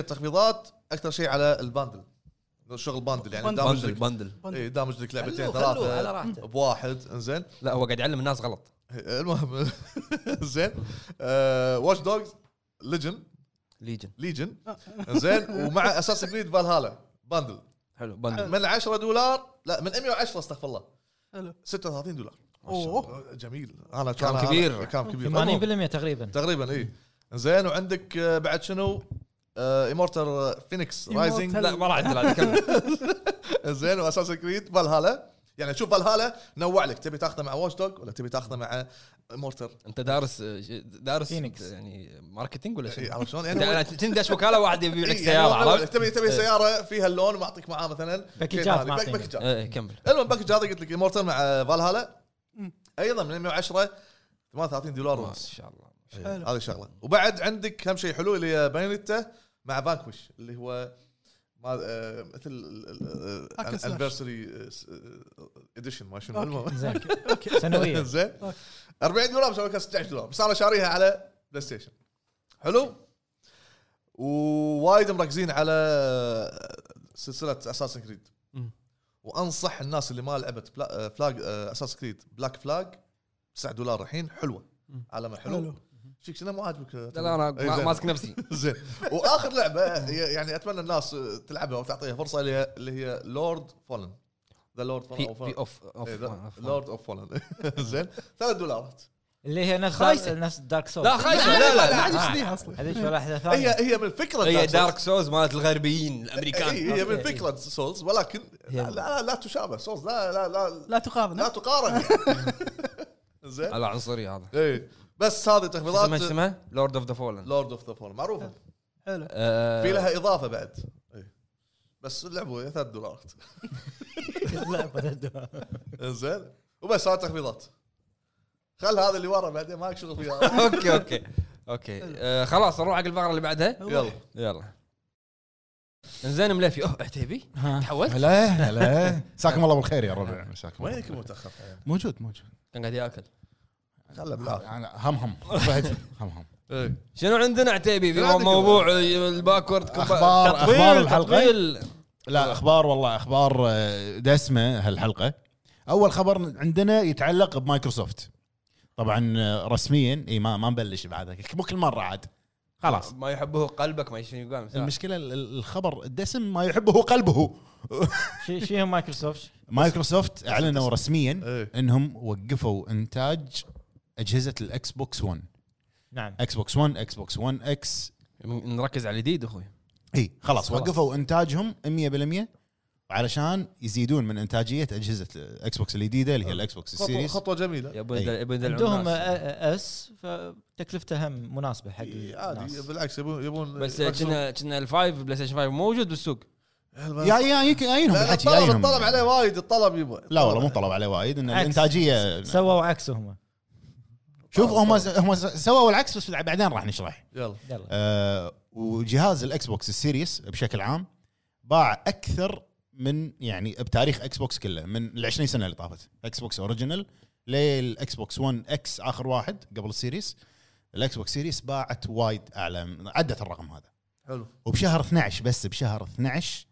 التخفيضات اكثر شيء على الباندل شغل باندل يعني
باندل.
دامج
بندل
لك
بندل
اي دامج لك لعبتين
خلوه- خلوه على
ثلاثه
راحته
بواحد انزين
لا هو قاعد يعلم الناس غلط
<laughs> المهم <laughs> آه، زين واتش دوجز ليجن
ليجن
ليجن زين ومع اساس جريد فالهالا باندل
حلو بندل
من 10 دولار لا من 110 استغفر الله
حلو
36 دولار
ما شاء الله.
جميل انا
كلام
أنا- أنا-
كبير.
كلام كبير المهم.
80% تقريبا
تقريبا اي زين وعندك آه، بعد شنو آه، امورتال فينيكس رايزنج
Immortal.
لا ما راح أعدل هذا كمل
زين واساس كريد فالهالا يعني شوف فالهالا نوع لك تبي تاخذه مع واتش دوج ولا تبي تاخذه مع مورتر
انت دارس دارس
Phoenix.
يعني ماركتينج ولا شيء؟
عرفت شلون؟ يعني
يعني تندش وكاله واحد يبيع لك
يعني
سياره
لو- لو
عرفت؟
تبي تبي
إيه.
سياره فيها اللون معطيك معاه مثلا
باكيجات
شيء هذا.
معطينا.
باك- باكيجات
ايه كمل
المهم باكج هذا قلت لك امورتال مع فالهالا
مم.
ايضا من 110 38 دولار
ما
ونص
شاء الله
حلو.
هذه شغله وبعد عندك هم شيء حلو اللي هي بايونيتا مع فانكوش اللي هو ما آه مثل
Hack and slash.
الانفرساري اديشن آه، ما شنو المهم
زين
اوكي
طيب.
سنويه
إيه؟ زين
أوكي.
40 دولار مسوي لك 16 دولار بس انا شاريها على بلاي ستيشن حلو ووايد مركزين على سلسله اساسن كريد
مم.
وانصح الناس اللي ما لعبت بلا آه، فلاج اساس كريد بلاك فلاج 9 دولار الحين حلوه
مم.
علامه حلو
حلو
شيك شنو مو عاجبك
لا لا انا
إيه،
ما-
زين.
ماسك نفسي
<laughs> زين واخر لعبه هي- يعني اتمنى الناس تلعبها وتعطيها فرصه اللي هي اللي هي لورد فولن ذا لورد
في في
فولن
اوف اوف أوف.
لورد اوف فولن <laughs> زين ثلاث دولارات
اللي هي نفس
خايسة.
نفس دارك سول
لا خايس
لا لا لا
لا
عاد
لا
يشتريها اصلا
هذه شو واحده ثانيه
هي هي من فكره
هي
إيه، Dark Souls. إيه،
دارك سوز مالت الغربيين
هي
الامريكان
هي من فكره سولز ولكن
هي-
لا لا, لا تشابه سولز لا لا لا
لا تقارن
لا تقارن <laughs> زين
على عنصري هذا
اي بس هذه
شو اسمها شو
تخفيضات
اسمها لورد اوف ذا فولن
لورد اوف ذا فول معروفه
حلو
آه، <laughs>
في لها اضافه بعد إي. بس لعبوا 3 دولارات <laughs>
لا بدأت-
زين وبس هذه تخفيضات خل هذا اللي ورا بعدين مالك شغل
<laughs>
فيها
اوكي اوكي اوكي آه، خلاص نروح حق الفقره اللي بعدها
<laughs>
يلا
يلا انزين ملفي اوه عتيبي تحولت
هلا هلا مساكم الله بالخير يا ربع مساكم الله
وينك
بالخير.
متاخر
موجود موجود
كان قاعد ياكل
خله بالعافيه
انا هم هم بعد هم هم
إي.
شنو عندنا عتيبي في
شنو عندك؟
موضوع آه، الباكورد كومبا-
أخبار-
تطويل-
أخبار الحلقة؟
تطويل.
لا اخبار والله اخبار آه، دسمه هالحلقه اول خبر عندنا يتعلق بمايكروسوفت طبعا آه، رسميا اي ما ما نبلش بعد مو كل مره عاد خلاص
ما يحبه قلبك ما يشوف يقول مثلا.
المشكله ال- ال- الخبر الدسم ما يحبه قلبه
شي شي هم مايكروسوفت
مايكروسوفت اعلنوا رسميا
إي.
انهم وقفوا انتاج اجهزه الاكس بوكس 1
نعم
اكس بوكس 1 اكس بوكس 1 اكس
نركز على الجديد اخوي
اي خلاص
خلاص.
وقفوا انتاجهم 100% وعلشان يزيدون من انتاجيه اجهزه الاكس بوكس الجديده اللي هي الاكس بوكس
خطوه
السيريز
خطوه جميله
يبون
أي.
يدل- يبون يدلعون
عندهم
الناس.
اس فتكلفته هم مناسبه حق
إي، إيه، عادي
الناس.
بالعكس يبون يبون
بس
يركزون.
كنا كنا الفايف بلاي ستيشن 5 موجود بالسوق
هالمرة.
يا إيه، يا يك-
لا،
ياينهم
لا،
الحكي
الطلب
ياينهم
الطلب عليه وايد الطلب يبا
لا والله مو طلب عليه وايد ان
عكس.
الانتاجيه
سووا عكسه هم
شوف هم هم سووا العكس بس بعدين راح نشرح
يلا
يلا
آه، وجهاز الاكس بوكس السيريس بشكل عام باع اكثر من يعني بتاريخ اكس بوكس كله من ال 20 سنه اللي طافت اكس بوكس اوريجينال للاكس بوكس 1 اكس اخر واحد قبل السيريس الاكس بوكس سيريس باعت وايد اعلى من- عدت الرقم هذا
حلو
وبشهر 12 بس بشهر 12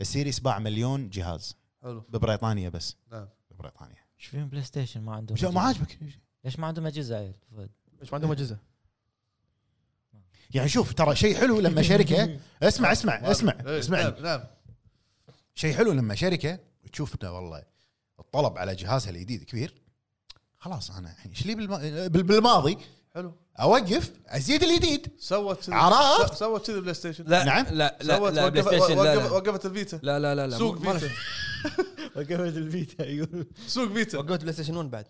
السيريس باع مليون جهاز
حلو
ببريطانيا بس
نعم
ببريطانيا
ايش فيهم بلاي ستيشن ما عندهم
شو- ما
أجهزة؟
عاجبك
ليش ما عندهم اجهزه عيل فهد؟
<laughs>
ليش ما عندهم اجهزه؟
يعني شوف ترى شيء حلو لما شركه اسمع اسمع اسمع
إي،
اسمعني
نعم نعم
شيء حلو لما شركه تشوف انه والله الطلب على جهازها الجديد كبير خلاص انا يعني ايش لي بالما- بال- بالماضي
حلو
اوقف ازيد الجديد
سوت كذي
عرفت؟
س- سوت كذي بلاي ستيشن
لا
نعم.
لا لا,
سوت
لا بلاي
وقف-
ستيشن لا
وقف-
لا
وقفت الفيتا
لا لا لا, لا
سوق
ما له
فيتا.
شغل.
وقفت الفيتا يقول
سوق فيتا
وقفت بلاي ستيشن 1 بعد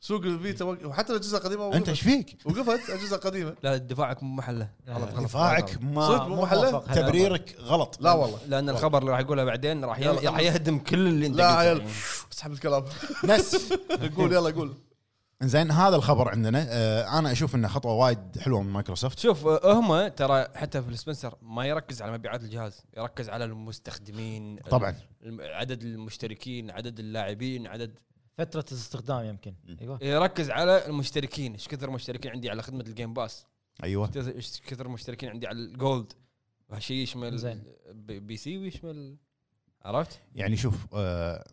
سوق الفيتا وق- وحتى الاجهزه القديمه
انت
وقفت
ايش فيك؟
وقفت اجهزه قديمه
لا دفاعك مو محله
آه،
غلط غلط
دفاعك
صدق
ما
مو محله
موفق.
تبريرك غلط
لا والله
لان الخبر اللي راح يقوله بعدين راح ي-
يلا.
راح يهدم كل اللي انت
لا
قلته <laughs>
عيل
يعني.
اسحب الكلام <laughs>
نسف
قول يلا قول
زين هذا الخبر عندنا آه، انا اشوف انه خطوه وايد حلوه من مايكروسوفت
شوف آه، هم ترى حتى في السبنسر ما يركز على مبيعات الجهاز يركز على المستخدمين
طبعا
الم- عدد المشتركين عدد اللاعبين عدد
فتره الاستخدام يمكن ايوه
يركز على المشتركين ايش كثر مشتركين عندي على خدمه الجيم باس
أيوة.
ايوه
ايش كثر مشتركين عندي على الجولد هالشيء يشمل
زين.
بي بي سي ويشمل عرفت؟
يعني شوف آه،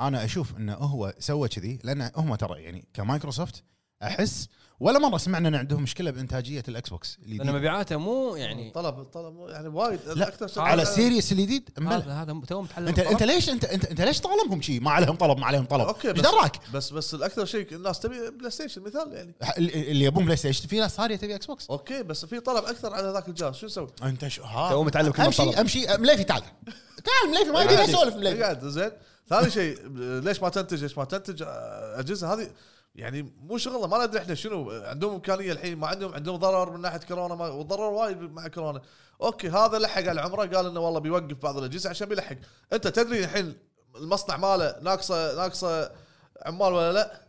انا اشوف انه هو سوى كذي لان هم ترى يعني كمايكروسوفت احس ولا مره سمعنا ان عندهم مشكله بانتاجيه الاكس بوكس
لان
الجديد
مبيعاته مو يعني
طلب طلب يعني وايد
لا،
اكثر شيء
على السيريس الجديد مبلى
هذا هذا تو محل
انت انت ليش انت انت, انت ليش طالبهم شيء ما عليهم طلب ما عليهم طلب
أوكي،
ايش
بس-
دراك
بس بس الاكثر شيء الناس تبي بلاي ستيشن مثال يعني
ح- ال- اللي يبون بلاي ستيشن في ناس ثانيه تبي اكس بوكس
اوكي بس في طلب اكثر على ذاك الجهاز شو نسوي؟
انت شو ها
تو متعلم كلمة طلب.
امشي امشي مليفي تعال تعال مليفي ما يبي اسولف مليفي
قاعد زين ثاني شيء ليش ما تنتج ليش ما تنتج اجهزه هذه يعني مو شغلنا ما ندري احنا شنو عندهم امكانيه الحين ما عندهم عندهم ضرر من ناحيه كورونا ما- وضرر وايد مع كورونا اوكي هذا لحق على عمره قال انه والله بيوقف بعض الاجهزه عشان بيلحق انت تدري الحين المصنع ماله ناقصه ناقصه عمال ولا لا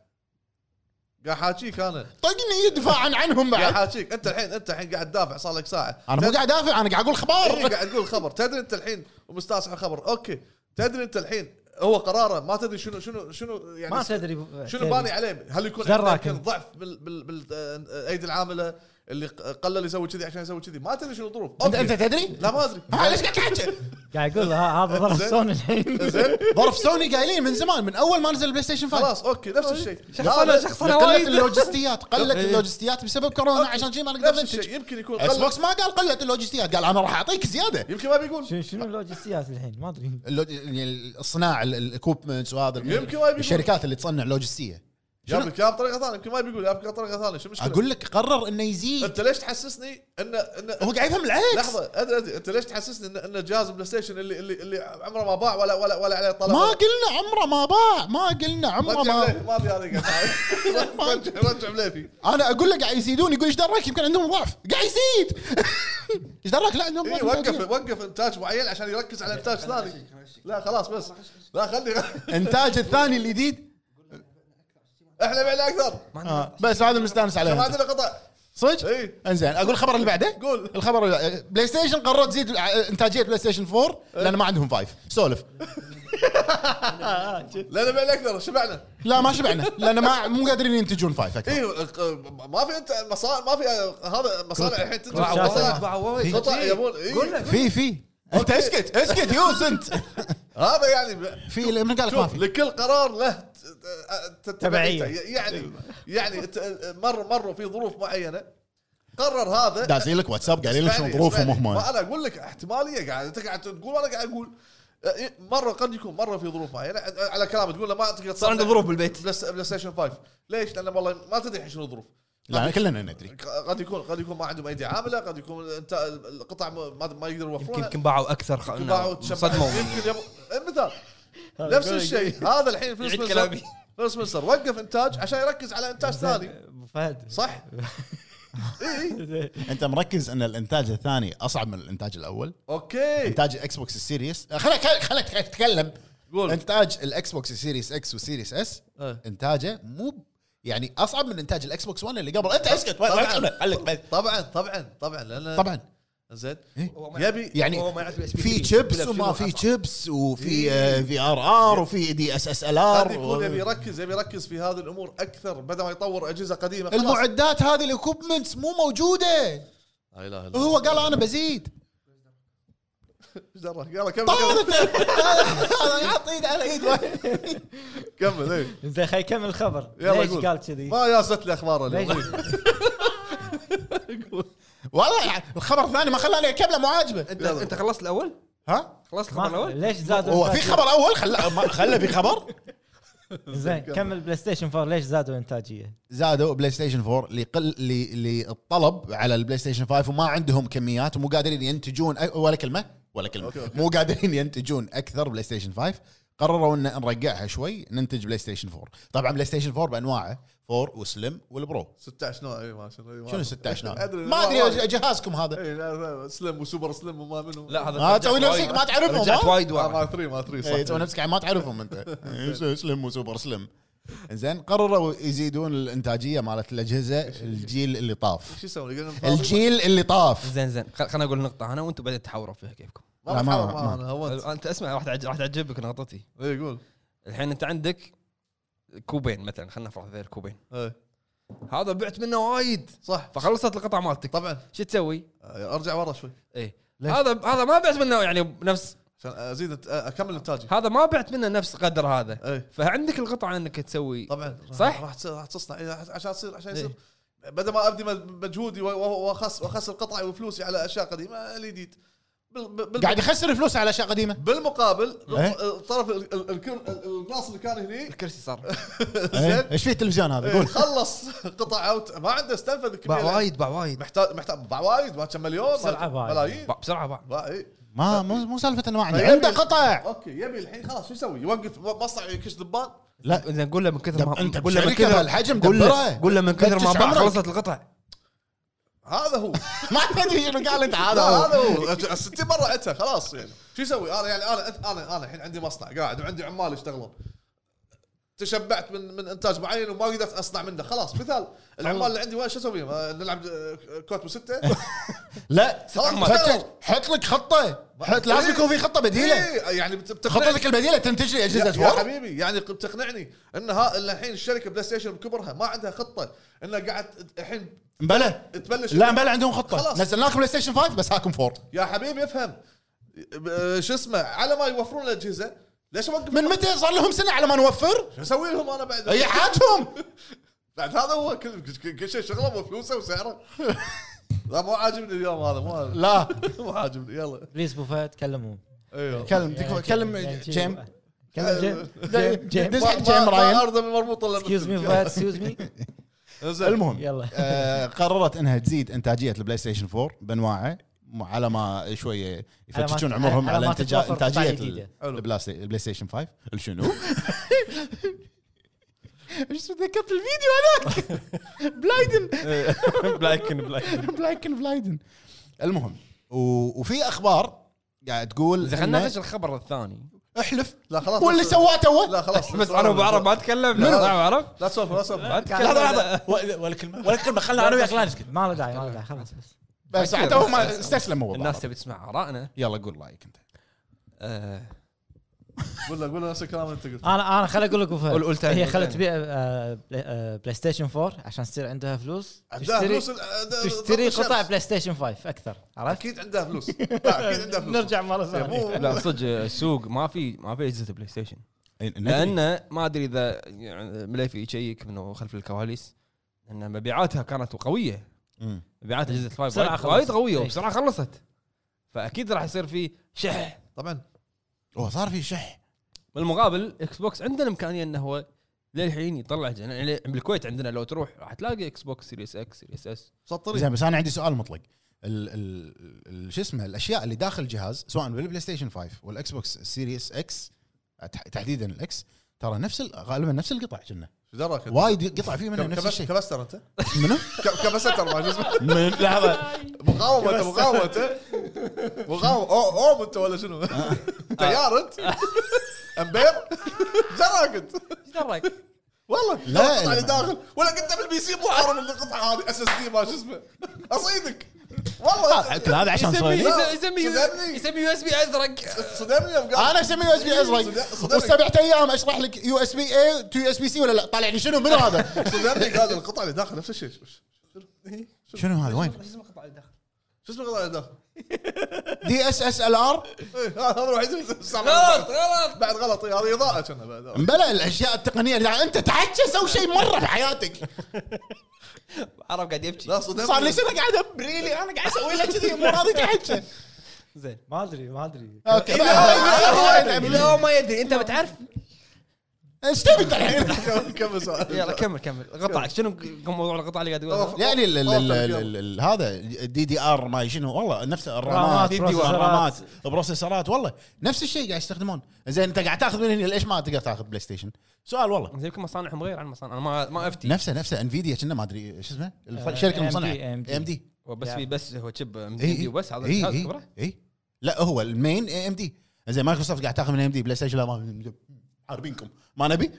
قاعد حاكيك انا
طقني دفاعا عنهم
قاعد
بعد
حاكيك انت الحين انت الحين قاعد تدافع صار لك ساعه
انا مو قاعد ادافع انا قاعد اقول
إيه،
اخبار
قاعد تقول خبر تدري انت الحين ومستانس على الخبر اوكي تدري انت الحين هو قراره ما تدري شنو شنو شنو يعني
ما تدري
شنو باني عليه هل يكون
دراك
عنده يمكن
انت.
ضعف بال بال بال آه، ايدي العامله اللي قلل يسوي كذي عشان يسوي كذي ما تدري شنو الظروف
انت
أوكي.
انت تدري؟
لا ما ادري
ها، ليش قاعد تحكي؟
قاعد اقول ها- هذا ضرب
زين. <laughs>
سون الحين
زين
ظرف سوني قايلين من زمان من اول ما نزل البلاي ستيشن 5
خلاص اوكي نفس الشيء
شخصنا
هذا
شخصنا
قلت
وايد
اللوجستيات قلت اللوجستيات بسبب كورونا عشان شي ما نقدر
إيه. نفس
ننتج
الشيء يمكن يكون
اكس
قل
بوكس ما قال قلت اللوجستيات قال انا راح اعطيك زياده
يمكن ما بيقول
شنو- شنو اللوجستيات الحين ما ادري
اللوج- يعني الصناعه الاكوبمنتس وهذا
يمكن ما يبي
الشركات اللي تصنع لوجستيه شنو؟
جاب لك اياها بطريقه ثانيه يمكن ما بيقول جاب لك إياها بطريقه ثانيه شو المشكله؟
اقول لك قرر انه يزيد
انت ليش تحسسني ان ان
هو قاعد يفهم العكس
لحظه ادري ادري انت ليش تحسسني ان ان جهاز البلاي ستيشن اللي اللي اللي عمره ما باع ولا ولا ولا عليه طلب
ما قلنا عمره ما باع ما قلنا عمره
رجع
ما
بليفي ما ابي هذا
<laughs>
قاعد رجع رجع بليفي
انا اقول له قاعد يزيدون يقول ايش دراك يمكن عندهم ضعف قاعد يزيد <laughs> ايش دراك لا عندهم
إيه
ضعف
وقف وقف انتاج معين عشان يركز على انتاج ثاني لا خلاص بس لا خلي <laughs>
انتاج الثاني الجديد
احنا بعنا اكثر
آه بس هذا مستانس
ما
عليه
عندنا قطع
صدق؟
إيه.
انزين اقول الخبر اللي بعده
قول.
الخبر اللي بعده. بلاي ستيشن قررت تزيد آه، انتاجيه بلاي ستيشن 4
إيه.
لان ما عندهم 5 سولف
لان بعنا اكثر شبعنا
لا ما شبعنا لان ما مو قادرين ينتجون 5 اكثر
اي ما في انت مصانع ما في آه، هذا مصانع الحين تنتج
باعوا
شاطر.
وايد،
مصانع.
باعوا وايد.
قطع يبون
قلنا
إيه.
في في انت اسكت اسكت يوس انت
هذا يعني ب-
في من قال لك ما
شوف
في
لكل قرار له ت- ت- ت-
تبعية.
يعني يعني ت- مر مروا في ظروف معينه قرر هذا
دازين لك واتساب قاعدين لك شنو
اسمعني-
ظروفهم
اسمعني.
هم
ما انا اقول لك احتماليه قاعد انت قاعد تقول وانا قاعد اقول إيه، مره قد يكون مره في ظروف معينه على كلامك تقول له ما تقدر
صار عنده ظروف بالبيت
بلاي بلاي ستيشن 5 ليش؟ لان والله ما تدري الحين شنو الظروف
لا كلنا ندري
قد يكون قد يكون ما عندهم ايدي عامله قد يكون انت القطع ما, ما يقدروا
يمكن
يوفرونها
يمكن باعوا اكثر خ...
باعوا
صدموا <laughs>
تشبعوا. <laughs> يمكن يبو- مثال نفس الشيء هذا الحين فلوس
عيد
منصر
كلامي.
فلوس منصر وقف انتاج عشان يركز على
<laughs>
انتاج ثاني
ابو فهد <laughs>
صح؟ إيه، اي
انت مركز ان الانتاج الثاني اصعب من الانتاج الاول
اوكي
انتاج الاكس بوكس السيريس خليك خليك- خليك اتكلم
قول.
انتاج الاكس بوكس السيريس اكس وسيريس اس
إيه.
اه.
انتاجه مو ب- يعني اصعب من انتاج الاكس بوكس 1 اللي قبل انت اسكت ما- ما-
طبعاً.
علق بعد.
طبعا طبعا طبعا لان
طبعا
زين
إيه.
يبي
يعني
هو ما يعرف ال USB
في
3.
شيبس
يلعب
وما
شنو
في
أصعب.
شيبس وفي آه،
إيه.
في ار ار وفي دي اس اس ال ار
قد يكون يبي يركز يبي يركز في هذه الامور اكثر بدل ما يطور اجهزه قديمه خلاص.
المعدات هذه الاكوبمنتس مو موجوده
لا اله الا الله
هو قال انا بزيد
ايش درى؟ يلا كمل
طال
كمل
<laughs> انت انا حاط ايد على ايد واحد.
كمل إيه.
زين خلي كمل الخبر
يلا
ليش
قول.
قال كذي؟
ما ياست لي اخبار اليوم
ليش؟
<laughs>
والله يعني الخبر الثاني ما خلاني اكمله مو عاجبه
انت انت خلصت الاول؟
ها
خلصت الخبر
ما
الاول؟
ليش زادوا
هو في
إنتاجية؟
خبر اول خلى <laughs> ما- خلى في خبر
زين كمل بلاي ستيشن 4 ليش زادوا انتاجيه؟
زادوا بلاي ستيشن 4 لقل ل- للطلب على البلاي ستيشن 5 وما عندهم كميات ومو قادرين ينتجون أ- ولا كلمه ولا كلمه
أوكي، أوكي.
مو قادرين ينتجون اكثر بلاي ستيشن 5 قرروا ان نرقعها شوي ننتج بلاي ستيشن 4 طبعا بلاي ستيشن 4 بانواعه 4 وسلم والبرو
16 نوع اي ما شنو إيه، ما
شنو
أعرف.
16
<laughs>
نوع
أدري،
ما ادري جهازكم هذا
إيه، لا، لا، سلم وسوبر سلم وما منو
لا هذا
ما
ترجعت
تسوي نفسك
وايد.
ما تعرفهم،
رجعت
ها؟
وايد
آه، ما
ورا
3 ما 3
إيه،
صح
تسوي نفسك ما
<laughs>
تعرفهم انت إيه، سلم وسوبر سلم زين قرروا يزيدون الانتاجيه مالت الاجهزه الجيل اللي طاف
شو يسوون يقولون
الجيل اللي طاف
<laughs> زين زين خل- خلنا اقول نقطه انا وانتم بعدين تحاوروا فيها كيفكم
ما
لا، ما-
بتحاول
ما.
معاه انا هونت إيه،
انت اسمع راح تعج- راح تعجبك نقطتي
اي قول
الحين انت عندك كوبين مثلا خلينا نفرض هذول الكوبين
إيه،
هذا بعت منه وايد
صح
فخلصت القطعه مالتك
طبعا
شو تسوي؟
آه، ارجع ورا شوي
ايه
ليش؟
هذا هذا ما بعت منه يعني بنفس
عشان آه، ازيد أت- اكمل انتاجي
هذا ما بعت منه نفس قدر هذا
اي
فعندك القطعه انك تسوي
طبعا راح-
صح؟
إيه. راح تصير- راح تصنع إيه، عشان تصير عشان يصير
إيه.
بدل ما ابدي مجهودي و- و- واخس واخسر قطعي وفلوسي على اشياء قديمه الجديد بال- بال- بال-
قاعد يخسر فلوس على اشياء قديمه
<laughs> بالمقابل
إيه؟
الطرف ال- ال- الكر- ال- الناس اللي كان هني <laughs>
الكرسي <laughs> صار
إيه؟ ايش فيه التلفزيون هذا
إيه،
قول
خلص قطعه وت- ما عنده استنفذ
باع
الكميه
وايد باع وايد
محتاج محتاج باع وايد ما كم مليون ما-
بسرعة باع.
ملايين
باع بسرعه باع
باع إيه.
ما مو مو سالفه انه ما عنده
طيب.
عنده قطع
اوكي يبي الحين خلاص شو يسوي؟ يوقف مصنع يكش دبان
لا
زين قول له من كثر
دب-
ما
أنت
قول له من
بشركة
كثر
بهالحجم
قول
دبرها.
له قول له من كثر ما
بتش
باع
عمرك.
خلصت القطع
هذا هو
ما ادري شنو قال انت
<laughs> هذا
هذا
هو
هو.
هذا هو 60 مره عدتها خلاص يعني شو يسوي؟ انا يعني انا أنت- انا انا الحين عندي مصنع قاعد وعندي عمال يشتغلون تشبعت من من انتاج معين وما قدرت اصنع منه خلاص مثال العمال اللي عندي وين شو اسوي ما- نلعب آه، كوتبو <laughs> ستة
لا
صدق.
فكر حط لك خطه حط لازم يكون في خطه بديله
إيه، يعني بت- بتقنعني.
خطتك البديله تنتج لي
يا,
اجهزه
يا
فور
حبيبي يعني بتقنعني ان ها إن الحين الشركه بلاي ستيشن بكبرها ما عندها خطه انها قاعد الحين
مبلى
تبلش
لا مبلى عندهم خطه
خلاص.
نزلنا لكم بلاي ستيشن 5 بس هاكم فور
يا حبيبي افهم آه، شو اسمه على ما يوفرون الاجهزه ليش اوقف
من متى صار لهم سنه على ما نوفر؟
شو اسوي لهم انا بعد
هي حاجهم
بعد هذا هو كل كل- كل شيء شغله وفلوسه وسعره
<laughs>
لا مو عاجبني اليوم هذا مو
لا
<laughs> مو عاجبني يلا
بليز بوفا تكلمهم
ايوه
كلم تكفى كلم
يعني شي-
جيم
آه،
كلم جيم جيم جيم
دز
ما-
حق جيم
ما- ما
راين
ارضى بالمربوط الا
اكسكيوز مي
بالتلك.
فهد اكسكيوز مي
<laughs> انزين.
المهم
يلا.
آه، قررت انها تزيد انتاجيه البلاي ستيشن 4 بانواعه م- على ما شويه يفتشون
على ما-
عمرهم
على
على
ما
انتاج-
تتوفر قطع
انتاجيه
جديدة.
ال- البلاي ستي- البلاي ستيشن 5 شنو؟
<laughs>
ايش اسمه؟ ذكرت الفيديو هذاك <laughs> بلايدن
<laughs> بلايكن بلايكن
<laughs> بلايكن بلايدن المهم و- وفي اخبار قاعد تقول
زين
إنه
خلينا ندش الخبر الثاني
احلف
لا خلاص
واللي
لا-
سواه توه
لا خلاص
بس انا ابو عرب ما اتكلم لا ابو عرب
لا تسولف لا تسولف
ما
لحظه
اتكلم
لحظه و- ولا كلمه ولا كلمه خلنا انا وياك لا نسكت
ما له داعي ما له
آه.
داعي خلاص بس
بس
أكيد.
توه ما استسلم هو
الناس
الناس
تبي تسمع ارائنا
يلا قول رايك انت
آه،
قول له قول له نفس الكلام اللي انت قلته
انا انا خليني اقول لك أبو فهد.
قول- قول تاني،
هي
قول
خلت
تاني.
تبيع آه، بلاي- آه، بلاي ستيشن 4 عشان تصير عندها فلوس
عندها
تشتري
فلوس آه، ده-
تشتري
ضبط الشمس.
قطع بلاي ستيشن 5 اكثر عرفت؟
اكيد عندها
<laughs>
فلوس لا اكيد عندها فلوس
نرجع مره
إيه،
ثانيه
مو
لا صدق السوق ما في ما في اجهزه بلاي ستيشن لانه ما ادري اذا يعني مليفي يشيك منه خلف الكواليس ان مبيعاتها كانت قويه
مم.
مبيعات اجهزه الفايف
بسرعة
وايد- وايد
خلصت.
قويه
إيه.
وبسرعه خلصت فاكيد راح يصير في شح
طبعا
هو صار في شح
بالمقابل اكس بوكس عنده الامكانيه انه هو للحين يطلع جن- يعني بالكويت عندنا لو تروح راح تلاقي اكس بوكس سيريس اكس سيريس اس
مسطرين
زين بس انا عندي سؤال مطلق ال- ال- ال- شو اسمه الاشياء اللي داخل الجهاز سواء بالبلاي ستيشن 5 والاكس بوكس سيريس اكس تح- تحديدا الاكس ترى نفس ال- غالبا نفس القطع كنا
شو دراك أنت؟
وايد قطع فيه منها
كم-
نفس
كبس-
الشيء
كبستر انت <laughs>
منو؟
ك- كبستر ما شو اسمه
من- لحظه
مقاومه انت مقاومه انت مقاومه أو- اوم انت ولا شنو
آه.
تيار انت امبير دراك انت
ايش رايك؟ <laughs>
والله
لا،
لا اللي
لا.
داخل ولا قدام البي سي مو عارف اللي القطعه هذه اس اس دي ما شو اسمه اصيدك
آه،
والله
كل هذا عشان
يسمي-
سواليف
يسمي
صدمني.
يسمي يو اس بي ازرق
صدمني يوم قال
انا اسمي يو اس بي ازرق
صدق- صدق.
والسبعة ايام اشرح لك يو اس بي اي تو يو اس بي سي ولا لا طالعني شنو منو هذا؟
<laughs> صدمني قال القطعه اللي داخل نفس الشيء شو- شو-
شنو هذا وين؟
شو اسمه القطعه اللي داخل؟
دي اس اس ال ار
إيه، هذا هو الوحيد اللي
غلط غلط
بعد غلط إيه، هذه اضاءه كنا بعد
بلا الاشياء التقنيه اللي انت تحكي سوي شيء مره بحياتك
عرب قاعد يبكي
لا صدمني
صار لي سنه قاعد ابريلي انا قاعد اسوي له كذي مو راضي تحكي
زين
ما ادري ما ادري
اوكي
<laughs> لا هو ما يدري انت بتعرف
ايش تبي أنت الحين؟
<laughs> كم- كم سؤال
يلا كمل كمل قطع شنو موضوع القطع اللي قاعد يقول
يعني ال- ال- ال- ال- ال- هذا الدي دي ار ما شنو والله نفس الرامات
رامات، بروسيسورات.
الرامات بروسيسورات والله نفس الشيء قاعد يستخدمون زين انت قاعد تاخذ من هنا ليش ما تقدر تاخذ بلاي ستيشن؟ سؤال والله
زين يمكن مصانعهم غير عن مصانع انا ما ما افتي
نفسه نفسه انفيديا كنا ما ادري شو اسمه الشركه المصنعه
AMD.
ام دي
بس في بس هو شيب ام
اي
دي وبس هذا
اي
الجهاز
اي
كبره
اي لا هو المين اي ام دي زين مايكروسوفت قاعد تاخذ من ام دي بلاي ستيشن لا ما حاربينكم ما نبي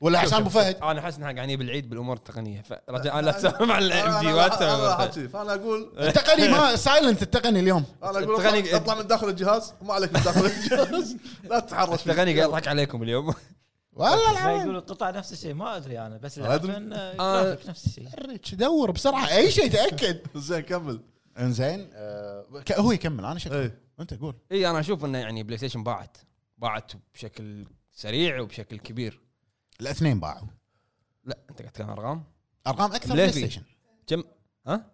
ولا عشان ابو فهد
انا احس انها قاعدين بالعيد بالامور التقنيه <laughs> فرجاء لا تسامح على الام دي وات أه.
فانا اقول
التقني ما سايلنت التقني اليوم
انا اقول
التقني-
اطلع- اطلع من داخل الجهاز ما عليك من
<laughs>
داخل الجهاز لا تتحرش فيه.
التقني قاعد يضحك عليكم اليوم
والله
لا
العظيم
يقول القطع نفس الشيء ما ادري انا بس اللي
ما أدري.
أعرفه إن، آه،
آه.
جرافيك نفس الشيء
ريتش دور بسرعه اي شيء تاكد
زين كمل إيه.
انزين آه، ك- هو يكمل انا شكلي
اي
انت قول
اي انا اشوف انه يعني بلاي ستيشن باعت باعت بشكل سريع وبشكل كبير
الاثنين باعوا
لا انت قاعد تتكلم عن ارقام
ارقام اكثر
ليه
بلاي
في؟
ستيشن
كم ها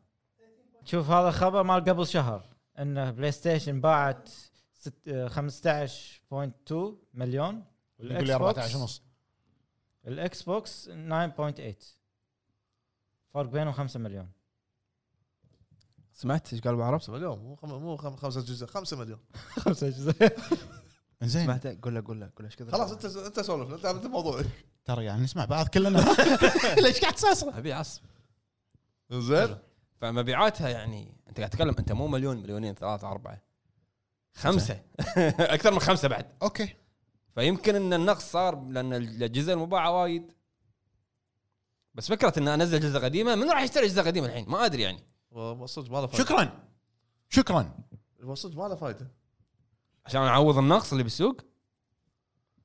شوف هذا خبر مال قبل شهر انه بلاي ستيشن باعت ست- آه، 15.2 مليون
يقول لي 14 ونص
الاكس بوكس 9.8 فرق بينهم 5
<laughs>
مليون
سمعت ايش قال ابو عرب؟
5 مليون مو خم... مو خم... 5 جزء 5 مليون
5 اجزاء
انزين
سمعت قول له قول له قول له ايش كثر
خلاص انت انت سولف انت انت موضوعك
ترى يعني نسمع بعض كلنا ليش قاعد تساسر
ابي عصب
زين
فمبيعاتها يعني انت قاعد تتكلم انت مو <laughs> مليون مليونين ثلاثة أربعة خمسة أكثر من خمسة بعد
اوكي
فيمكن ان النقص صار لان الاجهزه المباعه وايد بس فكره ان انزل اجهزه قديمه من راح يشتري اجهزه قديمه الحين ما ادري يعني
هو صدق ما له فايده
شكرا شكرا
هو صدق ما له فايده
عشان اعوض النقص اللي بالسوق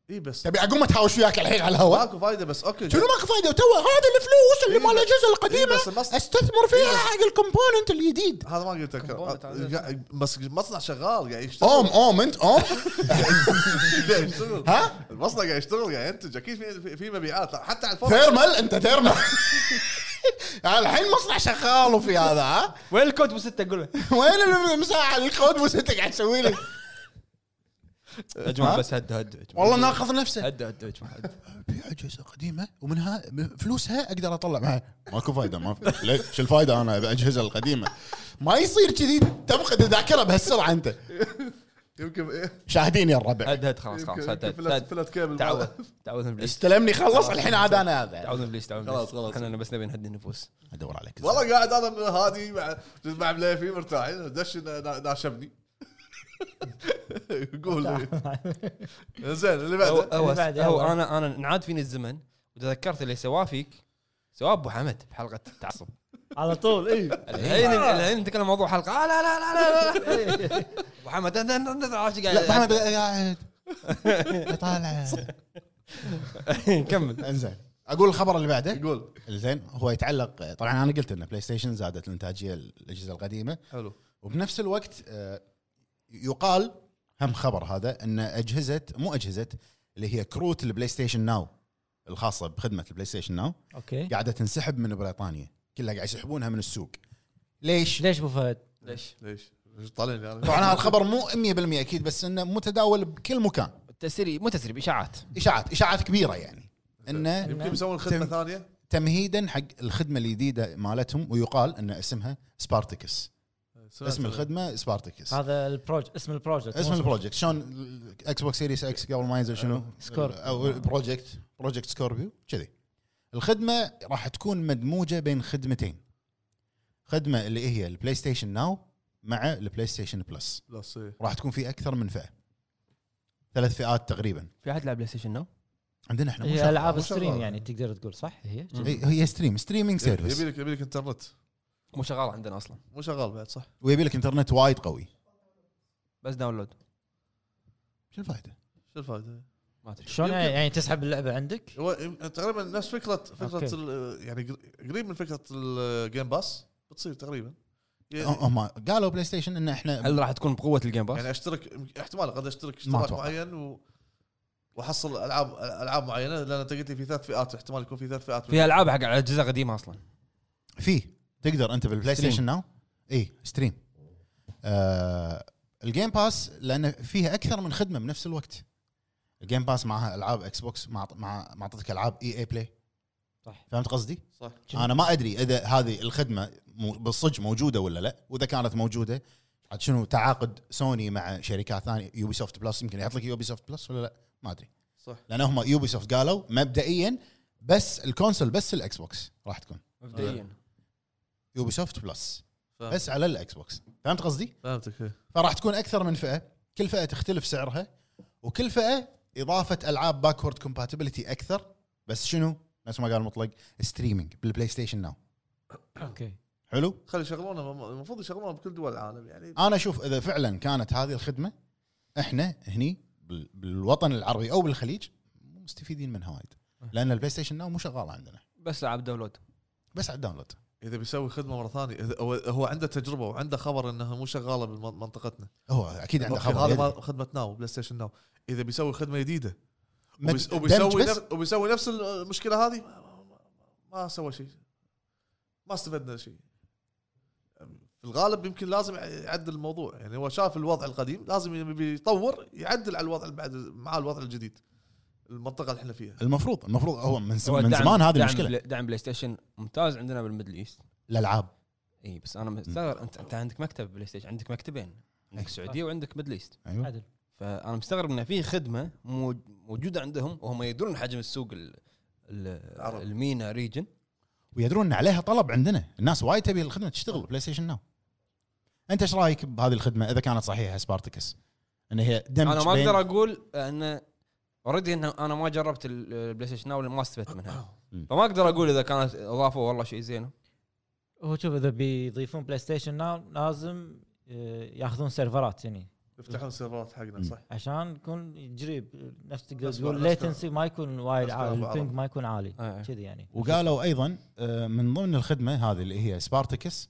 اي إيه بس
طيب،
تبي اقوم اتهاوش وياك الحين على الهواء
ماكو فايده بس اوكي
شنو ماكو فايده وتو هذا الفلوس اللي
إيه
مال
بس-
الاجهزه
إيه
القديمه
بس المصنع-
استثمر فيها حق الكومبوننت الجديد
هذا ما قلت لك
كومبوند تعزيز.
قاعد- بس المصنع شغال قاعد يشتغل
اوم اوم انت <laughs> اوم
قاعد يشتغل
ها
المصنع قاعد يشتغل قاعد ينتج اكيد في- في في مبيعات حتى على الفوركس
ثيرمال انت <laughs> ثيرمال الحين مصنع شغال وفي هذا ها
وين الكود ابو سته قول له
وين المساحه الكود وست قاعد تسوي لي
يا
جماعة، بس
هدوا هدوا
والله ناقض نفسه
هدوا هدوا يا جماعه
في اجهزه قديمه ومنها فلوسها اقدر اطلع معها ماكو فايده ما في ليه؟ شو الفايده انا بالاجهزه القديمه ما يصير كذي تفقد الذاكره بهالسرعه انت
يمكن إيه،
شاهدين يا الربع
هد هد خلاص خلاص
يمكن-
هد
يمكن فلت
هد
فلت كيبل
تعوذ <laughs>
بعد.
تعوذ من ابليس
استلمني خلص الحين عاد انا هذا
تعوذ من ابليس تعوذ من
خلاص،
ابليس
خلاص.
احنا بس نبي نهدي النفوس
ادور عليك
والله قاعد انا من هادي مع مع مليفي مرتاحين دش نا- ناشبني <laughs> قول زين اللي
هو
بعده
هو,
بعد
هو
يلا.
انا انا انعاد فيني الزمن وتذكرت اللي سواه فيك سواه ابو حمد بحلقه
<laughs>
التعصب
<laughs>
إيه.
على طول
<laughs>
اي
الحين الحين نتكلم موضوع حلقه آه لا لا لا لا لا ابو حمد انت انت انت عارف شو
لا محمد
قاعد
<laughs> قاعد طالع
كمل
انزين اقول الخبر اللي بعده
قول
زين هو يتعلق طبعا انا قلت ان بلاي ستيشن زادت الانتاجيه الاجهزه القديمه
حلو
وبنفس الوقت آه، يقال هم خبر هذا ان اجهزه مو اجهزه اللي هي كروت البلاي ستيشن ناو الخاصه بخدمه البلاي ستيشن ناو
اوكي
قاعده تنسحب من بريطانيا كلها قاعد يسحبونها من السوق ليش؟
ليش ابو فهد؟
ليش
ليش ليش طالعني انا
طبعا هذا الخبر مو 100% اكيد بس انه متداول بكل مكان
تسريب مو تسريب اشاعات
اشاعات اشاعات كبيره يعني انه
يمكن يسوون خدمه
نعم. تم-
ثانيه
تمهيدا حق الخدمه الجديده مالتهم ويقال ان اسمها سبارتكس
سمعت
اسم الخدمه سبارتكس
هذا البروجكت اسم البروجكت
اسم
مو
البروجكت شلون اكس بوكس سيريس اكس قبل ما ينزل شنو؟
سكوربيو.
او بروجكت بروجكت سكوربيو كذي الخدمه راح تكون مدموجه بين خدمتين خدمه اللي هي البلاي ستيشن ناو مع البلاي ستيشن بلس
لا صيح
راح تكون في اكثر من فئه ثلاث فئات تقريبا
في احد لعب بلاي ستيشن نو؟
عندنا احنا مو
هي
شغال-
العاب
مو شغال.
ستريم يعني تقدر تقول صح هي؟
هي هي ستريم ستريمينج سيرفيس
يبي لك يبي لك انترنت
مو شغال عندنا اصلا
مو شغال بعد صح
ويبي لك انترنت وايد قوي
بس داونلود
شو الفائده؟
شو الفائده؟
ما ادري
شلون
يمكن.
يعني تسحب اللعبه عندك؟
هو يم- تقريبا نفس فكره فكره
أوكي.
ال- يعني قر- قريب من فكره الجيم باس بتصير تقريبا يعني
هم قالوا بلاي ستيشن ان احنا
هل راح تكون بقوه الجيم باس؟
يعني اشترك احتمال قد اشترك
ما
اشتراك
أتوقع.
معين و واحصل العاب العاب معينه لان انت قلت لي في ثلاث فئات احتمال يكون في ثلاث فئات
في العاب حق اجهزه قديمه اصلا
في تقدر انت بالبلاي
ستريم.
ستيشن ناو اي ستريم إيه، آه الجيم باس لان فيها اكثر من خدمه بنفس الوقت الجيم باس معها العاب اكس بوكس مع مع معطتك العاب اي اي بلاي
صح.
فهمت قصدي؟
صح
انا ما ادري اذا هذه الخدمه مو- بالصج موجوده ولا لا واذا كانت موجوده عاد شنو تعاقد سوني مع شركات ثانيه يوبي سوفت بلس يمكن يحط لك يوبي سوفت بلس ولا لا ما ادري
صح
لان هم يوبي سوفت قالوا مبدئيا بس الكونسول بس الاكس بوكس راح تكون
مبدئيا
يوبي سوفت بلس
فاهم.
بس على الاكس بوكس فهمت قصدي؟
فهمتك إيه.
فراح تكون اكثر من فئه كل فئه تختلف سعرها وكل فئه اضافه العاب باكورد كومباتيبلتي اكثر بس شنو؟ نفس ما قال مطلق ستريمينج بالبلاي ستيشن ناو
اوكي
حلو؟
خلي يشغلونه مم- المفروض يشغلونه بكل دول العالم يعني
انا اشوف اذا فعلا كانت هذه الخدمه احنا هني بال- بالوطن العربي او بالخليج مو مستفيدين منها وايد
أه.
لان البلاي ستيشن ناو مو شغال عندنا
بس لعب داونلود
بس على الداونلود
اذا بيسوي خدمه مره ثانيه إذا- هو- هو عنده تجربه وعنده خبر انها مو شغاله بمنطقتنا
هو اكيد عنده
أوكي،
خبر
هذا
يدري.
ما- خدمه ناو بلاي ستيشن ناو اذا بيسوي خدمه جديده
مد-
وبيس-
دمج
وبيسوي
بس؟
نفس وبيسوي نفس المشكله هذه ما- ما- ما- ما سوى شيء ما استفدنا شيء في الغالب يمكن لازم يعدل الموضوع يعني هو شاف الوضع القديم لازم يبي يطور يعدل على الوضع بعد مع الوضع الجديد المنطقه اللي احنا فيها
المفروض المفروض هو من, ز...
هو
من
دعم-
زمان هذه
دعم
المشكله
بلا- دعم بلاي ستيشن ممتاز عندنا بالميدل ايست
الالعاب
اي بس انا مستغرب انت انت عندك مكتب بلاي ستيشن عندك مكتبين
إيه.
عندك السعوديه وعندك ميدل ايست
ايوه
عدل
فانا مستغرب ان في خدمه مو- موجوده عندهم وهم يدرون حجم السوق ال- ال-
العرب.
المينا
إيه،
ريجن
ويدرون ان عليها طلب عندنا الناس وايد تبي الخدمه تشتغل بلاي ستيشن ناو انت ايش رايك بهذه الخدمه اذا كانت صحيحه سبارتكس ان هي دمج
انا ما
بين-
اقدر اقول ان اوريدي انه انا ما جربت ال- البلاي ستيشن ناو ما استفدت منها فما اقدر اقول اذا كانت اضافه والله شيء زين
هو شوف اذا بيضيفون بلاي ستيشن ناو لازم آه، ياخذون سيرفرات هني
يفتحون السيرفرات حقنا صح
عشان يكون يجري نفس تقدر
بس
تقول
بقى- بس
ليتنسي ما يكون وايد
بس
عالي
بقى-
البينج ما يكون عالي
آه.
كذي يعني
وقالوا ايضا آه، من ضمن الخدمه هذه اللي هي سبارتكس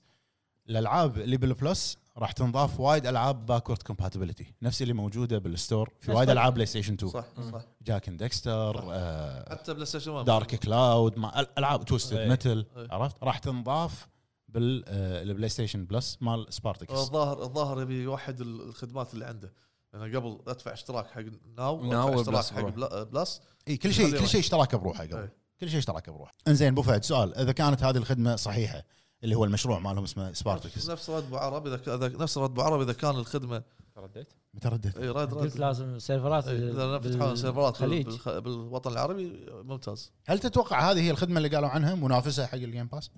الالعاب اللي بالبلس راح تنضاف وايد العاب باكورد كومباتبلتي نفس اللي موجوده بالستور في
بس
وايد
بل-
العاب بلاي ستيشن 2
صح صح
جاك اند ديكستر آه،
حتى بلاي ستيشن 1
دارك كلاود مع ال- العاب توستد
إيه.
متل
إيه.
عرفت راح تنضاف بالبلاي ستيشن بلس مال سبارتكس
الظاهر الظاهر يبي يوحد ال- الخدمات اللي عنده انا قبل ادفع اشتراك حق ناو
ناو
وأدفع اشتراك
وبلس
حق
بروح.
بلا- بلس
اي كل شيء كل شيء اشتراكه بروحه قبل
إيه.
كل شيء اشتراكه بروحه انزين ابو فهد سؤال اذا كانت هذه الخدمه صحيحه اللي هو المشروع مالهم اسمه سبارتكس
نفس رد ابو عرب اذا ك- إذا- نفس رد ابو عرب اذا كان الخدمه
ترديت
متى رديت
اي رد
قلت
رد
لازم سيرفرات
إي، اذا
بال-
إيه، فتحوا سيرفرات بال-
بالخليج.
بالخ- بالوطن العربي ممتاز
هل تتوقع هذه هي الخدمه اللي قالوا عنها منافسه حق الجيم باس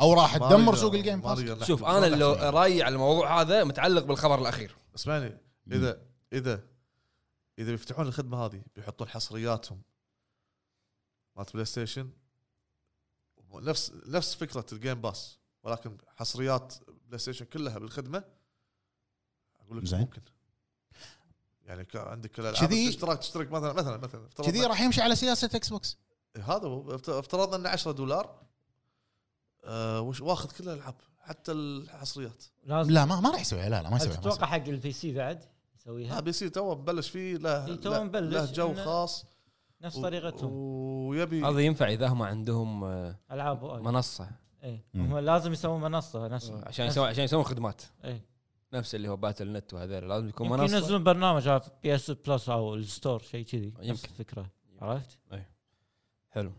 او راح
ما
تدمر
نقدر-
سوق الجيم
ما
باس
نقدر
شوف
نحكي.
انا
ما
لو
نحكي.
رايي على الموضوع هذا متعلق بالخبر الاخير
اسمعني اذا اذا اذا بيفتحون الخدمه هذه بيحطون حصرياتهم مالت بلاي ستيشن نفس نفس فكره الجيم باس ولكن حصريات بلاي ستيشن كلها بالخدمه اقول لك
زين.
ممكن يعني ك- عندك كل الالعاب
كذي-
تشترك تشترك مثلا مثلا مثلا افترضنا-
كذي راح يمشي على سياسه اكس بوكس
هذا هو افت- افترضنا انه 10 دولار آه وش واخذ كل الالعاب حتى الحصريات
لازم
لا ما ما راح يسويها لا لا ما
هل
يسويها ما
تتوقع
يسويها.
حق البي سي بعد
ها
يسويها
بي سي تو مبلش فيه له
إي، تو
له-
مبلش
له جو
إنه-
خاص
نفس
و-
طريقتهم
ويبي
هذا ينفع اذا هم عندهم آه،
العاب وايد.
منصه
إي.
مم.
هم لازم يسوون منصه نفس
آه، عشان
نفس-
يسوون عشان يسوون خدمات
إي.
نفس اللي هو باتل نت وهذول لازم يكون
يمكن
منصه
ينزلون برنامج على بي اس بلس او الستور شيء كذي نفس
يمكن.
الفكره عرفت؟
حلو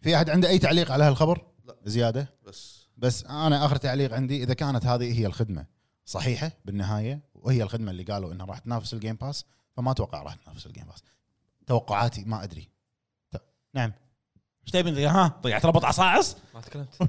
في احد عنده اي تعليق على هالخبر
لا.
زياده
بس
بس انا اخر تعليق عندي اذا كانت هذه هي الخدمه صحيحه بالنهايه وهي الخدمه اللي قالوا انها راح تنافس الجيم باس فما اتوقع راح تنافس الجيم باس توقعاتي ما ادري ت- نعم
ايش تبي ها ضيعت ربط
<laughs>
عصاعص
ما تكلمت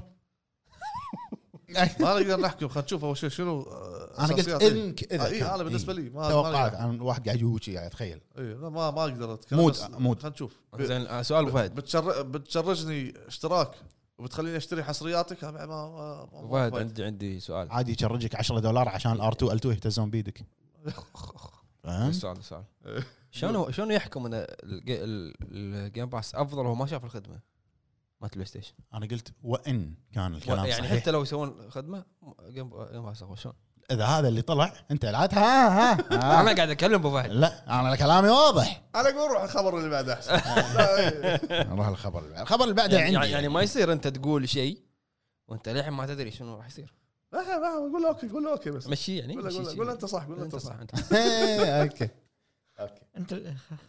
ما نقدر نحكم خلينا نشوف اول شيء شنو آه،
انا قلت
أساسيات.
ان ك-
إيه.
اذا
آه، إيه،
كان.
انا بالنسبه
إيه.
لي ما
توقعات
توقعت
انا الواحد قاعد يوجي قاعد يتخيل
ما ما اقدر اتكلم
مود-
بس
مود.
خلينا نشوف
<laughs> زين آه، سؤال ابو فهد
بتشر... بتشرجني اشتراك وبتخليني اشتري حصرياتك هذا بعد ما- ما ما-
ابو
ما
فهد
فايدة.
عندي عندي سؤال
عادي يشرجك 10 دولار عشان الار 2 ال 2
<laughs>
يهتزون بيدك فهمت؟
السؤال السؤال شلون هو- شلون يحكم ان الج- ال- الجيم باس افضل وهو ما شاف الخدمه مالت البلاي ستيشن
انا قلت وان كان الكلام
يعني
صحيح
حتى لو يسوون خدمه جيم جيم باس افضل شلون
اذا هذا اللي طلع انت العاد ها ها,
<laughs>
ها.
انا قاعد اتكلم ابو فهد
آه. لا انا كلامي واضح
انا اقول روح الخبر اللي
<laughs>
بعده احسن لا، إيه.
نروح الخبر اللي بعده الخبر اللي بعده
يعني,
عندي <laughs>
يعني ما يصير انت تقول شيء وانت للحين ما تدري شنو راح يصير
ما- ما- قول له اوكي قول له اوكي بس
مشي يعني
قول له-
مشي
قول له-
شي.
قول له انت صح قول له
انت صح انت صح.
إيه، اوكي اوكي
انت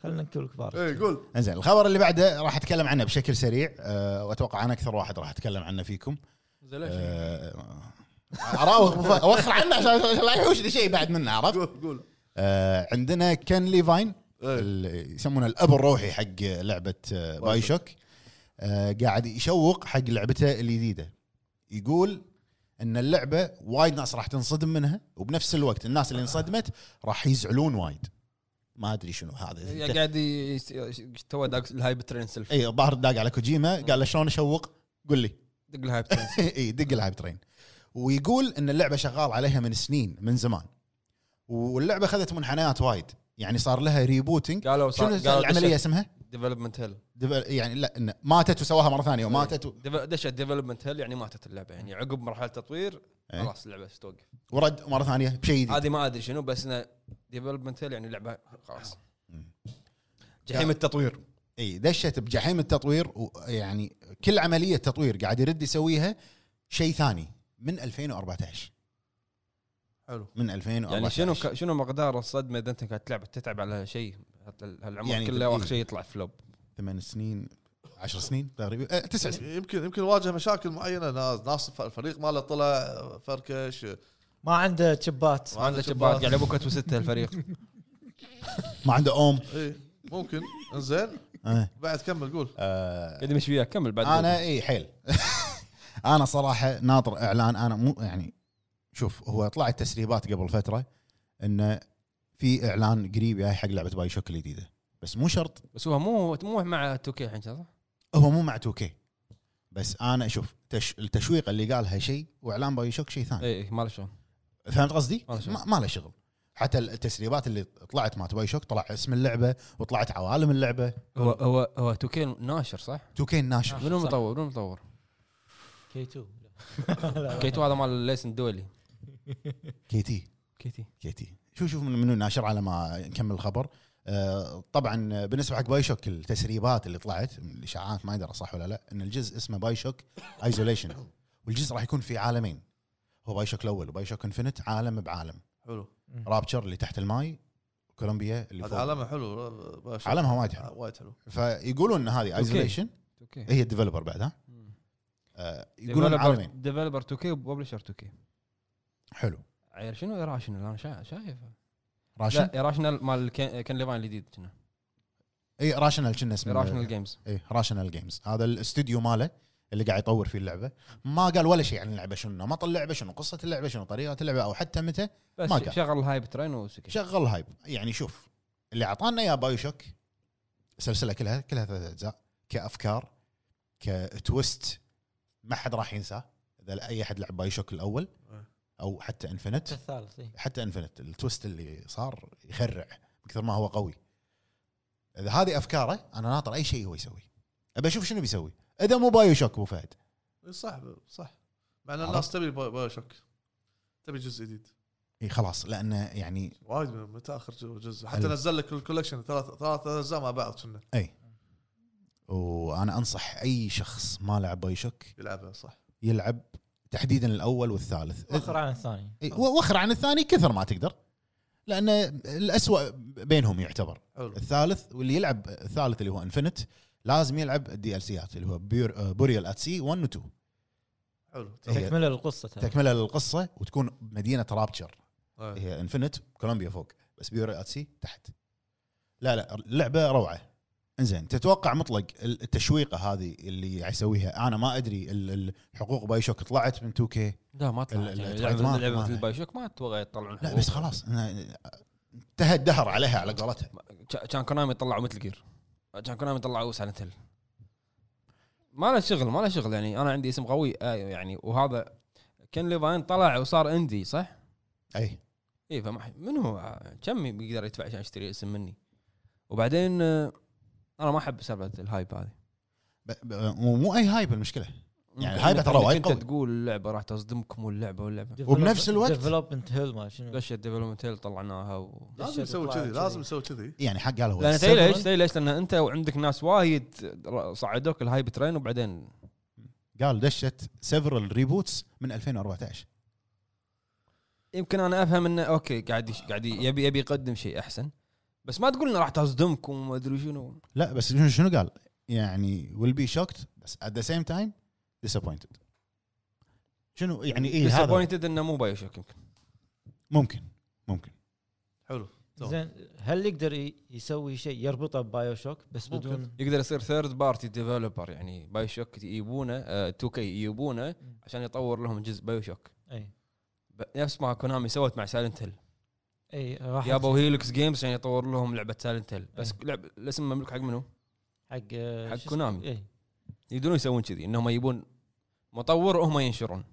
خلينا نكون كبار
اي إيه، قول
زين الخبر اللي بعده راح اتكلم عنه بشكل سريع أه واتوقع انا اكثر واحد راح اتكلم عنه فيكم
زين ليش؟
أه اراوغ <laughs> بف- اوخر عنه عشان عشان لا يحوشني شيء بعد منه عرفت
قول قول
أه عندنا كان ليفاين
إيه.
اللي يسمونه الاب الروحي حق لعبه آه، باي شوك آه، قاعد يشوق حق لعبته الجديده يقول ان اللعبه وايد ناس راح تنصدم منها وبنفس الوقت الناس اللي انصدمت راح يزعلون وايد ما ادري شنو هذا أنت-
قاعد يس- تو داق الهايب ترين سيلف
اي الظاهر داق على كوجيما قال له شلون اشوق قل لي <laughs>
دق الهايب ترين
اي دق الهايب ترين ويقول ان اللعبه شغال عليها من سنين من زمان واللعبه اخذت منحنيات وايد يعني صار لها ريبوتنج
قالوا
<laughs> شنو
صار
العمليه اسمها؟
ديفلوبمنت هيل
ديفل- يعني لا إن ماتت وسواها مره ثانيه وماتت و-
دشت ديفلوبمنت هيل يعني ماتت اللعبه يعني عقب مرحله تطوير
إيه.
خلاص اللعبه توقف
ورد مره ثانيه بشيء جديد
هذه ما ادري شنو بس انه ديفلوبمنت هيل يعني اللعبه خلاص
مم.
جحيم التطوير
اي دشت بجحيم التطوير ويعني كل عمليه تطوير قاعد يرد يسويها شيء ثاني من 2014
حلو
من 2014
يعني شنو ك- شنو مقدار الصدمه اذا انت قاعد تلعب تتعب على شيء هال- هالعمر
يعني
كله واخر
إيه.
شيء يطلع فلوب
ثمان سنين 10 سنين تقريبا آه، تسع سنين
يمكن يمكن واجه مشاكل معينه ناس ناس الفريق ماله طلع فركش
ما عنده تشبات
ما عنده
هذا شباب يعني.
شباط
قاعد ابوك وستة الفريق
<laughs> ما عنده اوم
اي إيه، ممكن انزين
آه.
بعد كمل قول
آه،
قاعد مش وياك كمل بعد
انا اي حيل <laughs> انا صراحه ناطر اعلان انا مو يعني شوف هو طلعت تسريبات قبل فتره انه في اعلان قريب جاي حق لعبه باي شوك الجديده بس مو شرط
بس هو مو مو مع 2K الحين صح؟
هو مو مع 2K بس انا اشوف تش... التشويق اللي قالها شيء واعلان باي شوك شيء ثاني
اي إيه، ما له شلون
فهمت قصدي؟
إيه. ما له شغل.
ما ما له شغل حتى التسريبات اللي طلعت مالت باي شوك طلع اسم اللعبه وطلعت عوالم اللعبه
هو هو هو 2K ناشر صح؟
2K ناشر
منو
صح.
مطور منو مطور؟
كي 2
كي 2 هذا مال الليسن الدولي
كي تي
كي تي
كي تي شوف شوف من- منو ناشر على ما نكمل الخبر آه، طبعا بالنسبه حق باي شوك التسريبات اللي طلعت الاشاعات ما ادري صح ولا لا ان الجزء اسمه باي شوك ايزوليشن والجزء راح يكون في عالمين هو باي شوك الاول وباي شوك انفنت عالم بعالم
حلو
رابتشر اللي تحت الماي كولومبيا اللي
هذا
فوق
عالمها حلو باشا. آه،
عالمها وايد حلو.
وايد حلو
فيقولون ان هذه
أوكي.
ايزوليشن
2K
هي الديفلوبر بعد ها
مم.
آه، إيه، يقولون عالمين
ديفلوبر 2K وببلشر 2K
حلو
عيل شنو ايراشنال انا شا- شايف
راشن
لا ايراشنال مال كن كان ليفاين الجديد كنا
اي إيه، راشنال كنا اسمه
ايراشنال جيمز
اي راشنال جيمز إيه، هذا الاستوديو ماله اللي قاعد يطور فيه اللعبه ما قال ولا شيء عن اللعبه شنو نمط اللعبه شنو قصه اللعبه شنو طريقه اللعبه او حتى متى
بس
ما قال.
شغل الهايب ترين وسكت
شغل هايب يعني شوف اللي اعطانا اياه بايو شوك سلسله كلها كلها ثلاث اجزاء كافكار كتويست ما حد راح ينساه اذا اي احد لعب بايو شوك الاول او حتى انفنت
الثالث إيه.
حتى انفنت التويست اللي صار يخرع بكثر ما هو قوي اذا هذه افكاره انا ناطر اي شيء هو يسوي ابى اشوف شنو بيسوي اذا مو بايو شوك ابو فهد
إي إيه، صح صح مع ان الناس تبي باي باي شوك تبي جزء جديد
اي خلاص لانه يعني
وايد من- متى اخر جزء حتى
حلو.
نزل لك الكولكشن ثلاث ثلاث اجزاء مع بعض كنا
وانا انصح اي شخص ما لعب بايو شوك
يلعبها صح
يلعب تحديدا الاول والثالث
وخر عن الثاني
إي، و- وخر عن الثاني كثر ما تقدر لان الاسوأ بينهم يعتبر
حلو
الثالث واللي يلعب الثالث اللي هو انفنت لازم يلعب الدي ال سيات اللي هو آه، بوريال ات سي 1 و 2
حلو طيب.
هي-
تكمله القصه ترى.
تكمله للقصه وتكون بمدينه رابتشر
آه.
هي انفنت كولومبيا فوق بس بيوري ات سي تحت لا لا اللعبه روعه انزين تتوقع مطلق ال- التشويقه هذه اللي حيسويها انا ما ادري ال- ال- الحقوق باي شوك طلعت من 2 كي
لا ما
ال-
طلعت
ال-
يعني
ال-
لعبة-
ما-
لعبه
ما-
مثل الباي شوك ما اتوقع يطلعون
لا
حقوق.
بس خلاص أنا- انتهى الدهر عليها على قولتها
كا- كان كونامي طلعوا مثل جير كان كونامي طلعوا سايلنت هيل ما له شغل ما له شغل يعني انا عندي اسم قوي آه يعني وهذا كان ليفاين طلع وصار اندي صح؟
اي
اي فما ح- من هو آه، كم بيقدر يدفع عشان يشتري اسم مني؟ وبعدين آه، انا ما احب سالفه الهايب هذه
ب- ب- ومو اي هايب المشكله يعني الهايب
إنك-
ترى
إنك
وايد
انت
قوي.
تقول اللعبه راح تصدمكم واللعبه واللعبه
وبنفس الوقت-
ديفلوبمنت هيل ما شنو
دش الديفلوبمنت هيل طلعناها و...
لازم
إيه.
يسوي
طلعت
كذي
كذي.
لازم يسوي كذي
يعني حق قال هو
لان تدري ليش؟
السيرفر-
تدري ليش؟ لان انت وعندك ناس وايد ر- صعدوك الهايب ترين وبعدين
قال دشت سيفرال ريبوتس من 2014
يمكن انا افهم انه اوكي قاعد يش- قاعد ي- يبي يبي يقدم شيء احسن بس ما تقول انه راح تصدمكم وما ادري شنو
لا بس شنو شنو قال؟ يعني ويل بي شوكت بس ات ذا سيم تايم ديسابوينتد شنو يعني اي هذا
ديسابوينتد انه مو بايو شوك يمكن
ممكن ممكن
حلو
زين هل يقدر ي- يسوي شيء يربطه ببايو شوك بس
ممكن.
بدون
يقدر يصير ثيرد بارتي ديفلوبر يعني بايو شوك يجيبونه 2 كي يجيبونه عشان يطور لهم جزء بايو شوك
اي
ب- نفس ما كونامي سوت مع سايلنت هيل
اي راح
جابوا هيلكس جيمز عشان يطور لهم لعبه سايلنت هيل بس لعب الاسم مملوك حق منو؟
حق آه،
حق
شو اسمه؟
كونامي.
اي
يقدرون يسوون كذي انهم يبون مطور وهم ينشرون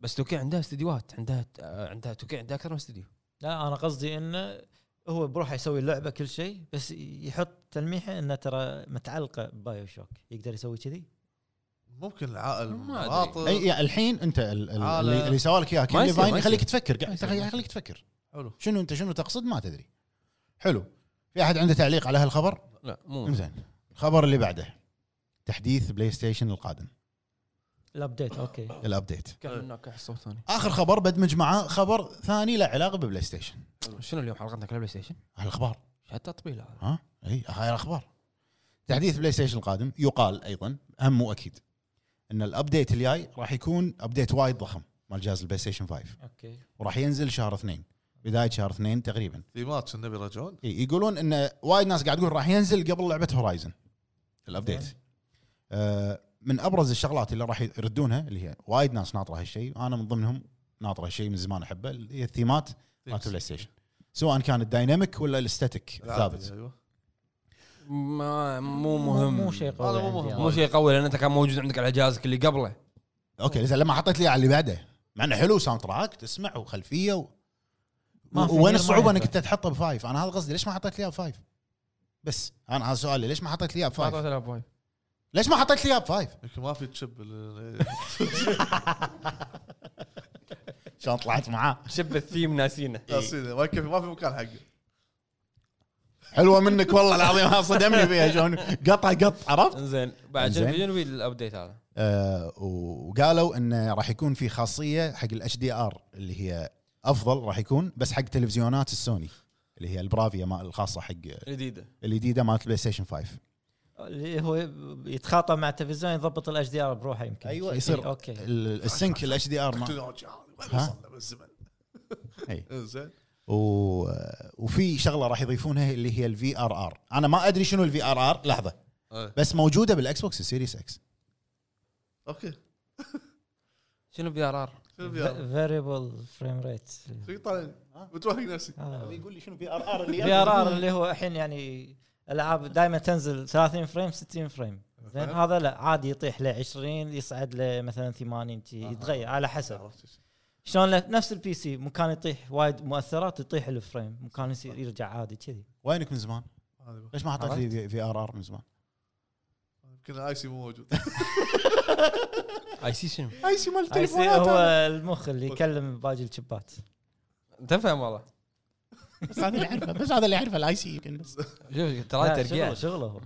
بس توكي عندها استديوهات عندها آه، عندها توكي عندها اكثر من استديو
لا انا قصدي انه هو بروحه يسوي اللعبه كل شيء بس يحط تلميحه انه ترى متعلقه ببايو شوك يقدر يسوي كذي
ممكن العائل
ما أدري.
اي
مناطق
يعني الحين انت ال- ال-
على-
اللي, اللي سوى لك اياه كان
يصير، آه، ما
ديفاين
يصير.
يخليك تفكر
ما
قاعد
يصير، ما
يخليك تفكر
حلو
شنو انت شنو تقصد ما تدري حلو في احد عنده تعليق على هالخبر؟
لا مو
انزين الخبر اللي بعده تحديث بلاي ستيشن القادم
الابديت اوكي
الابديت
كان هناك أحد صوت ثاني
اخر خبر بدمج معاه خبر ثاني له علاقه ببلاي ستيشن
أه، شنو اليوم حلقتنا كلها بلاي ستيشن؟
هالاخبار
حتى طبيل هذا
ها اي هاي الاخبار تحديث بلاي ستيشن القادم يقال ايضا هم واكيد ان الابديت الجاي راح يكون ابديت وايد ضخم مال جهاز البلاي ستيشن 5
اوكي
وراح ينزل شهر اثنين بدايه شهر اثنين تقريبا
ثيمات كنا بيراجعون
إي، يقولون ان وايد ناس قاعد تقول راح ينزل قبل لعبه هورايزن الابديت
زين.
آه، من ابرز الشغلات اللي راح يردونها اللي هي وايد ناس ناطره هالشيء انا من ضمنهم ناطره هالشيء من زمان احبه اللي هي الثيمات مالت بلاي ستيشن سواء كان الدايناميك ولا الاستاتيك
العادي،
ثابت
ايوه
ما مو مهم
مو شيء قوي طيب.
هذا مو
عندي.
مهم.
مو شيء قوي لان انت كان موجود عندك على جهازك اللي قبله
اوكي زين لما حطيت لي على اللي بعده مع انه حلو ساوند تراك تسمع وخلفيه و...
ما في غير
وين
ما
الصعوبه انك
ينفع.
انت تحطه بفايف انا هذا قصدي ليش ما حطيت لي اياه بفايف بس انا هذا سؤالي ليش ما حطيت لي اياه بفايف ليش ما حطيت لي اياه بفايف
يمكن ما في تشب ال-
إيه. شلون طلعت معاه
شب الثيم ناسينه
ناسينه ما كيف ما في مكان حقه
حلوه منك والله العظيم ها صدمني فيها شلون قطع قط عرفت
انزين بعد
إنزين.
شنو في- شنو في الابديت هذا؟
آه وقالوا انه راح يكون في خاصيه حق الاتش دي ار اللي هي افضل راح يكون بس حق تلفزيونات السوني اللي هي البرافيا ما الخاصه حق E
جديده
الجديده مالت بلاي ستيشن 5
اللي هو يتخاطب مع التلفزيون يضبط الاتش دي ار بروحه يمكن إيه،
ايوه
شيء-
يصير اوكي
اوكي
السنك الاتش دي ار
تكنولوجيا هذه وين
ها؟
وصلنا بالزمن <laughs>
أي.
زين
و... وفي شغله راح يضيفونها اللي هي الفي ار ار انا ما ادري شنو الفي ار ار لحظه
أي.
بس موجوده بالاكس بوكس السيريس اكس
اوكي
شنو في ار ار؟
شنو في
<laughs>
هذا؟
فاريبل فريم ريت
شو طالعني بتوهق نفسي
آه.
يقول لي شنو في ار ار
<laughs> في ار ار اللي هو الحين يعني العاب دائما تنزل 30 فريم 60 فريم زين
أوكي.
هذا لا عادي يطيح ل 20 يصعد لمثلا 80 شي، يتغير على حسب
عرفت.
شلون ل- نفس البي سي مكان يطيح وايد مؤثرات يطيح الفريم مكان يصير يرجع عادي كذي
وينك من زمان؟
هذا هو.
ليش ما حطيت لي في ار ار من زمان؟
يمكن ايسي مو
<laughs>
موجود
اي سي شنو؟
ايسي مال
IC هو المخ اللي يكلم باقي الشبات
تفهم والله
بس هذا اللي اعرفه بس هذا اللي اعرفه الاي سي يمكن بس
شوف
لا،
ترى
شغله
ترقيع
شغله هو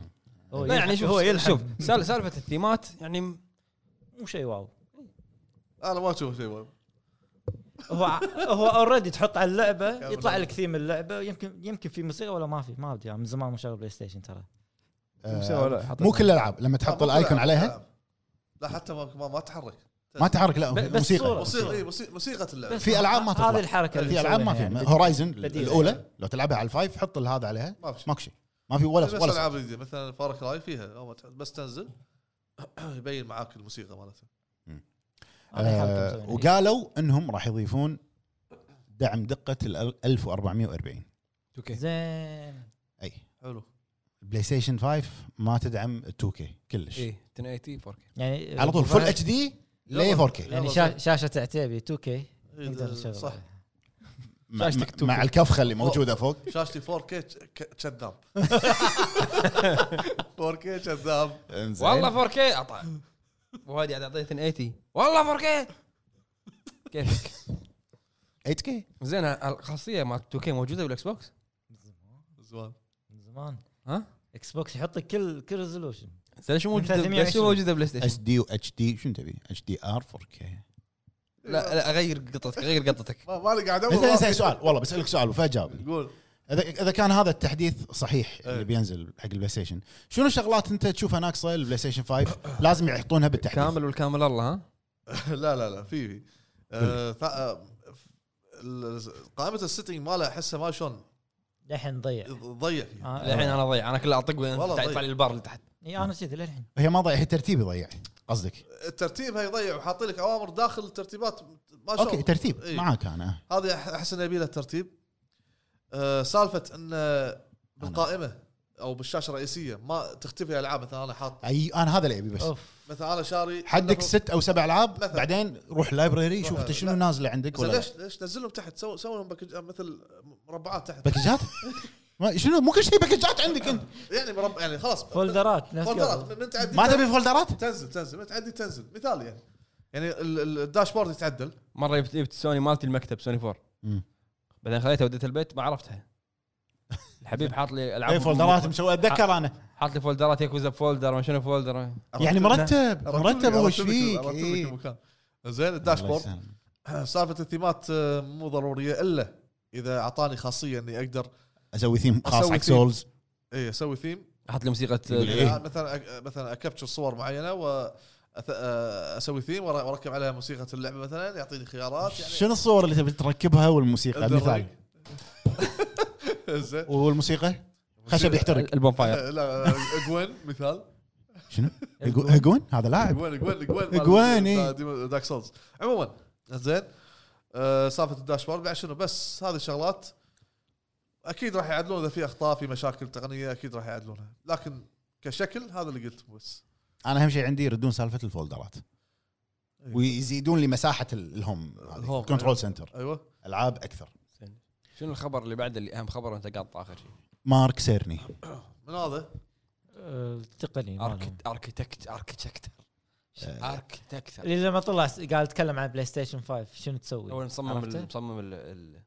هو
لا يعني
يلحق-
شوف
هو يلحق
شوف سال- سالفه الثيمات يعني م-
مو شيء واو
انا ما اشوف شيء وايد.
هو هو اوريدي تحط على اللعبه
يا
يطلع
رب.
لك ثيم اللعبه يمكن يمكن في موسيقى ولا ما في ما ادري أنا من زمان مشغل بلاي ستيشن ترى
آه،
أه،
مو كل الالعاب لما
لا، ما
تحط
طلع-
الايكون
ما
عليها
طلع. لا حتى ما ما, ما تحرك
ما تحرك لا
بس
موسيقى
صورة.
موسيقى اي موسيقى موسيقى اللعبه
بس
في ألعاب ما تطلع.
هذه الحركه اللي
في العاب ما
مسوينها
في
يعني.
هورايزن
بديل.
الاولى لو تلعبها على الفايف حط هذا عليها
ما في شيء.
ماكو شيء ما في ولا
بس
ولا صوت.
العاب جديده مثلا فار كراي فيها أول ما تحط- بس تنزل <clears throat> يبين معاك الموسيقى مالتها
هذه الحركة يعني.
آه،
مسوينها.
وقالوا انهم راح يضيفون دعم دقه ال 1440
اوكي
زين
اي
حلو
بلاي ستيشن 5 ما تدعم 2 k كلش
اي 1080 4K
يعني
على طول فل اتش دي ل 4 k
يعني شا- شاشه عتيبي 2 كي نقدر نشغل
صح
شاشتك 2K.
مع الكفخه اللي موجوده فوق
شاشتي 4K ك- كذاب <laughs> 4K كذاب
إنزين.
والله 4K عطى وهادي قاعد يعطيه 1080 والله <laughs> 4K كيفك
8K
زين الخاصيه مالت 2K موجوده بالاكس بوكس
زمان
من زمان
ها؟
اكس بوكس يحط لك كل كل ريزولوشن
زين شو موجوده
320.
ليش شو موجوده بلاي
اس
ستيشن؟
دي واتش دي شنو تبي؟ اتش دي ار 4K
لا لا غير قطتك غير
<laughs>
قطتك
ما ما قاعد
زين زين سؤال والله بسالك سؤال وفجاه جاوبني
قول <clears throat>
اذا اذا كان هذا التحديث صحيح اللي
إيه.
بينزل حق البلاي ستيشن شنو شغلات انت تشوفها ناقصه البلاي ستيشن
<coughs>
5 لازم يحطونها بالتحديث
كامل والكامل الله ها؟
لا لا لا في في آه، ثا- آه، ال- قائمه السيتنج ماله احسها ما شلون
للحين نضيع
ضيق فيها
آه،
للحين انا ضيع انا كل اطق وين
والله
تطلع
ضيع.
لي البار اللي تحت
إي، انا كذي للحين
هي ما ضيع هي ترتيبي ضيع قصدك
الترتيب هاي ضيع وحاطين لك اوامر داخل الترتيبات ما شلون
اوكي ترتيب
إيه.
إي.
معاك انا
هذه أح- احس انه يبي لها ترتيب آه، سالفه انه بالقائمه او بالشاشه الرئيسيه ما تختفي العاب مثلا انا حاط
اي انا هذا اللي ابي بس
اوف
مثلا انا شاري
حدك
مثلاً-
ست او سبع العاب
مثلاً.
بعدين روح لايبراري شوف
روح-
انت شنو
لا.
نازله عندك
بس
ولا لا.
ليش ليش نزلهم تحت سووا سووا لهم باكج- مثل مربعات تحت
باكجات ما- شنو مو كل شيء باكجات
<laughs>
عندك انت
يعني مربع يعني خلاص
فولدرات نفس قبل.
فولدرات من تعدي
ما تبي فولدرات
تنزل تنزل من تعدي تنزل مثال يعني يعني ال- ال- الداشبورد يتعدل
مره جبت جبت سوني مالتي المكتب سوني 4
مم.
بعدين خليتها وديت البيت ما عرفتها الحبيب حاط لي العاب
اي فولدرات مسوي اتذكر انا
حاط لي فولدرات ياكوزا بفولدر ما شنو فولدر
يعني مرتب
أرتب-
مرتب إيه.
أرتب
وش
لك-
فيك
أرتب لك
إي.
المكان. زين
الله
الداشبورد
يسلمك.
سالفه الثيمات آه، مو ضروريه الا اذا اعطاني خاصيه اني اقدر
اسوي ثيم خاص
أسوي
حق
ثيم.
سولز
اي اسوي ثيم
حاط لي موسيقى
يقول
إيه، يعني
إيه.
مثلا أك- مثلا اكبتشر صور معينه و أث- آه، اسوي ثيم وأر- واركب عليها موسيقى اللعبه مثلا يعطيني خيارات يعني
شنو الصور اللي تبي تركبها والموسيقى مثال
<laughs> زين
والموسيقى خشب يحترق
البون فاير
<laughs> لا جوين مثال
شنو اجون هذا لاعب
اجوان اجوان اجوان
طيب. إجوان، إيه. إي.
داك سولز عموما زين آه، سالفه الداشبورد بعد شنو بس هذه الشغلات اكيد راح يعدلون اذا في اخطاء في مشاكل تقنيه اكيد راح يعدلونها لكن كشكل هذا اللي قلته بس
انا اهم شيء عندي يردون سالفه الفولدرات
أيوة.
ويزيدون لي مساحه ال- الهوم
الهوم،
كنترول سنتر
ايوه
العاب اكثر
شنو الخبر اللي بعده اللي اهم خبر وانت قاطع اخر شيء
مارك سيرني
من هذا
آه، التقني مالهم.
أركت- اركتكت اركتكتر اركتكتر
اللي لما طلع س- قال تكلم عن بلاي ستيشن 5 شنو تسوي؟
هو مصمم
طيب، عرفته؟
ال- مصمم ال- ال-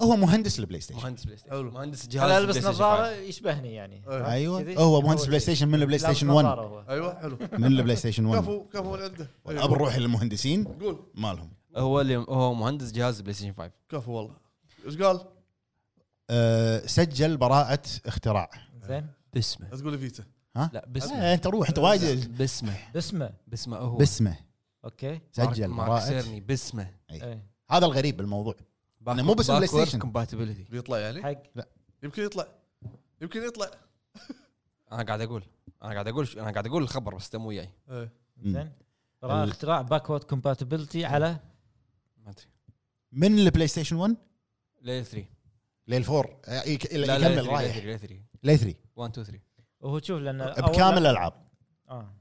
هو مهندس البلاي ستيشن
مهندس بلاي ستيشن
حلو.
مهندس جهاز
انا البس
بلاي ستيشن
نظاره
فايف.
يشبهني يعني
أيوة.
ايوه هو مهندس بلاي ستيشن من البلاي ستيشن 1
أيوة.
ايوه حلو
من البلاي ستيشن 1
كفو كفو من عنده أيوة.
اب نروح للمهندسين
قول
مالهم
هو اللي هو مهندس جهاز بلاي ستيشن 5
كفو والله ايش قال؟
أه سجل براءة اختراع
زين
باسمه
لا تقول فيتا
لا
آه،
باسمه
انت روح انت وايد
باسمه
اسمه
باسمه هو
باسمه
اوكي
مارك-
سجل
مارك
براءة
سيرني باسمه
إيه.
هذا الغريب بالموضوع أنا مو بس بلاي ستيشن.
كومباتيبلتي
بيطلع يعني
حق
يمكن يطلع يمكن يطلع
انا قاعد اقول انا قاعد اقول انا قاعد اقول الخبر بس انت مو وياي
إيه.
زين راى
ال-
اختراع باكورد كومباتبلتي على
ما ادري
من البلاي ستيشن 1
ليل 3
للفور آه، يك-
لا لا
يكمل رايح
ليل 3
لي 3
1 2 3
وهو شوف لان أول-
بكامل الالعاب
آه.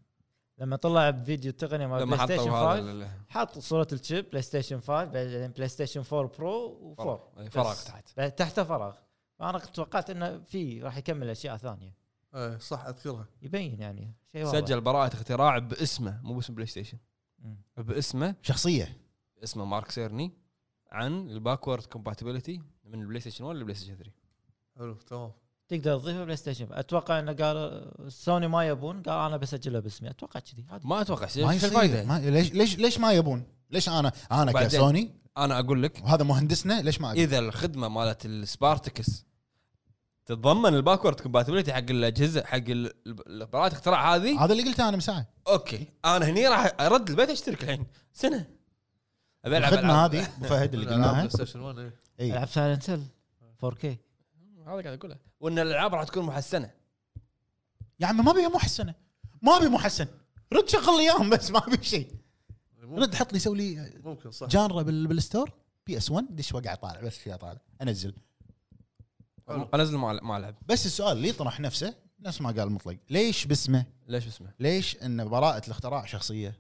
لما طلع بفيديو تقني مال
لما
بلاي ستيشن
حطوا
5
هذا
حط صوره الشيب بلاي ستيشن 5 بعدين بلاي ستيشن 4 برو و4
الفرق فراغ
بس.
تحت
بعد تحته فراغ فانا كنت توقعت انه في راح يكمل اشياء ثانيه
ايه صح اذكرها
يبين يعني شيء واضح
سجل براءة اختراع باسمه مو باسم بلاي ستيشن
مم.
باسمه
شخصية
اسمه مارك سيرني عن الباكورد كومباتيبلتي من البلاي ستيشن 1 للبلاي ستيشن 3
حلو تمام
تقدر تضيفه بلاي ستيشن اتوقع انه قال سوني ما يبون قال انا بسجلها باسمي اتوقع كذي عادي
ما اتوقع شيء
ما
شو
يصير
الفائده
ما ليش ليش ليش ما يبون؟ ليش انا انا
وبعدين.
كسوني
انا اقول لك
وهذا مهندسنا ليش ما أقدر؟
اذا الخدمه مالت السبارتكس تتضمن الباكورد كومباتيبلتي حق الاجهزه حق ال- ال- براءة اختراع هذه
هذا اللي قلته انا من ساعه
اوكي انا هني راح ارد البيت اشترك الحين سنه ابي العب
الخدمه
ألعاب.
هذه ابو فهد اللي قلناها
بلاي ستيشن 1 إيه.
إيه.
العب سايلنت هيل 4K
هذا قاعد اقوله وان الالعاب راح تكون محسنه
يا عمي يعني ما بيها محسنه ما بي محسن رد شغل لي اياهم بس ما بي شيء
ممكن-
رد حط لي سوي لي
إيه، ممكن صح
جانرا بال- بالستور بي اس 1 دش وقع طالع بس فيها طالع انزل
حلو.
انزل ما ما العب
بس السؤال اللي يطرح نفسه نفس ما قال مطلق ليش باسمه؟
ليش اسمه؟
ليش ان براءه الاختراع شخصيه؟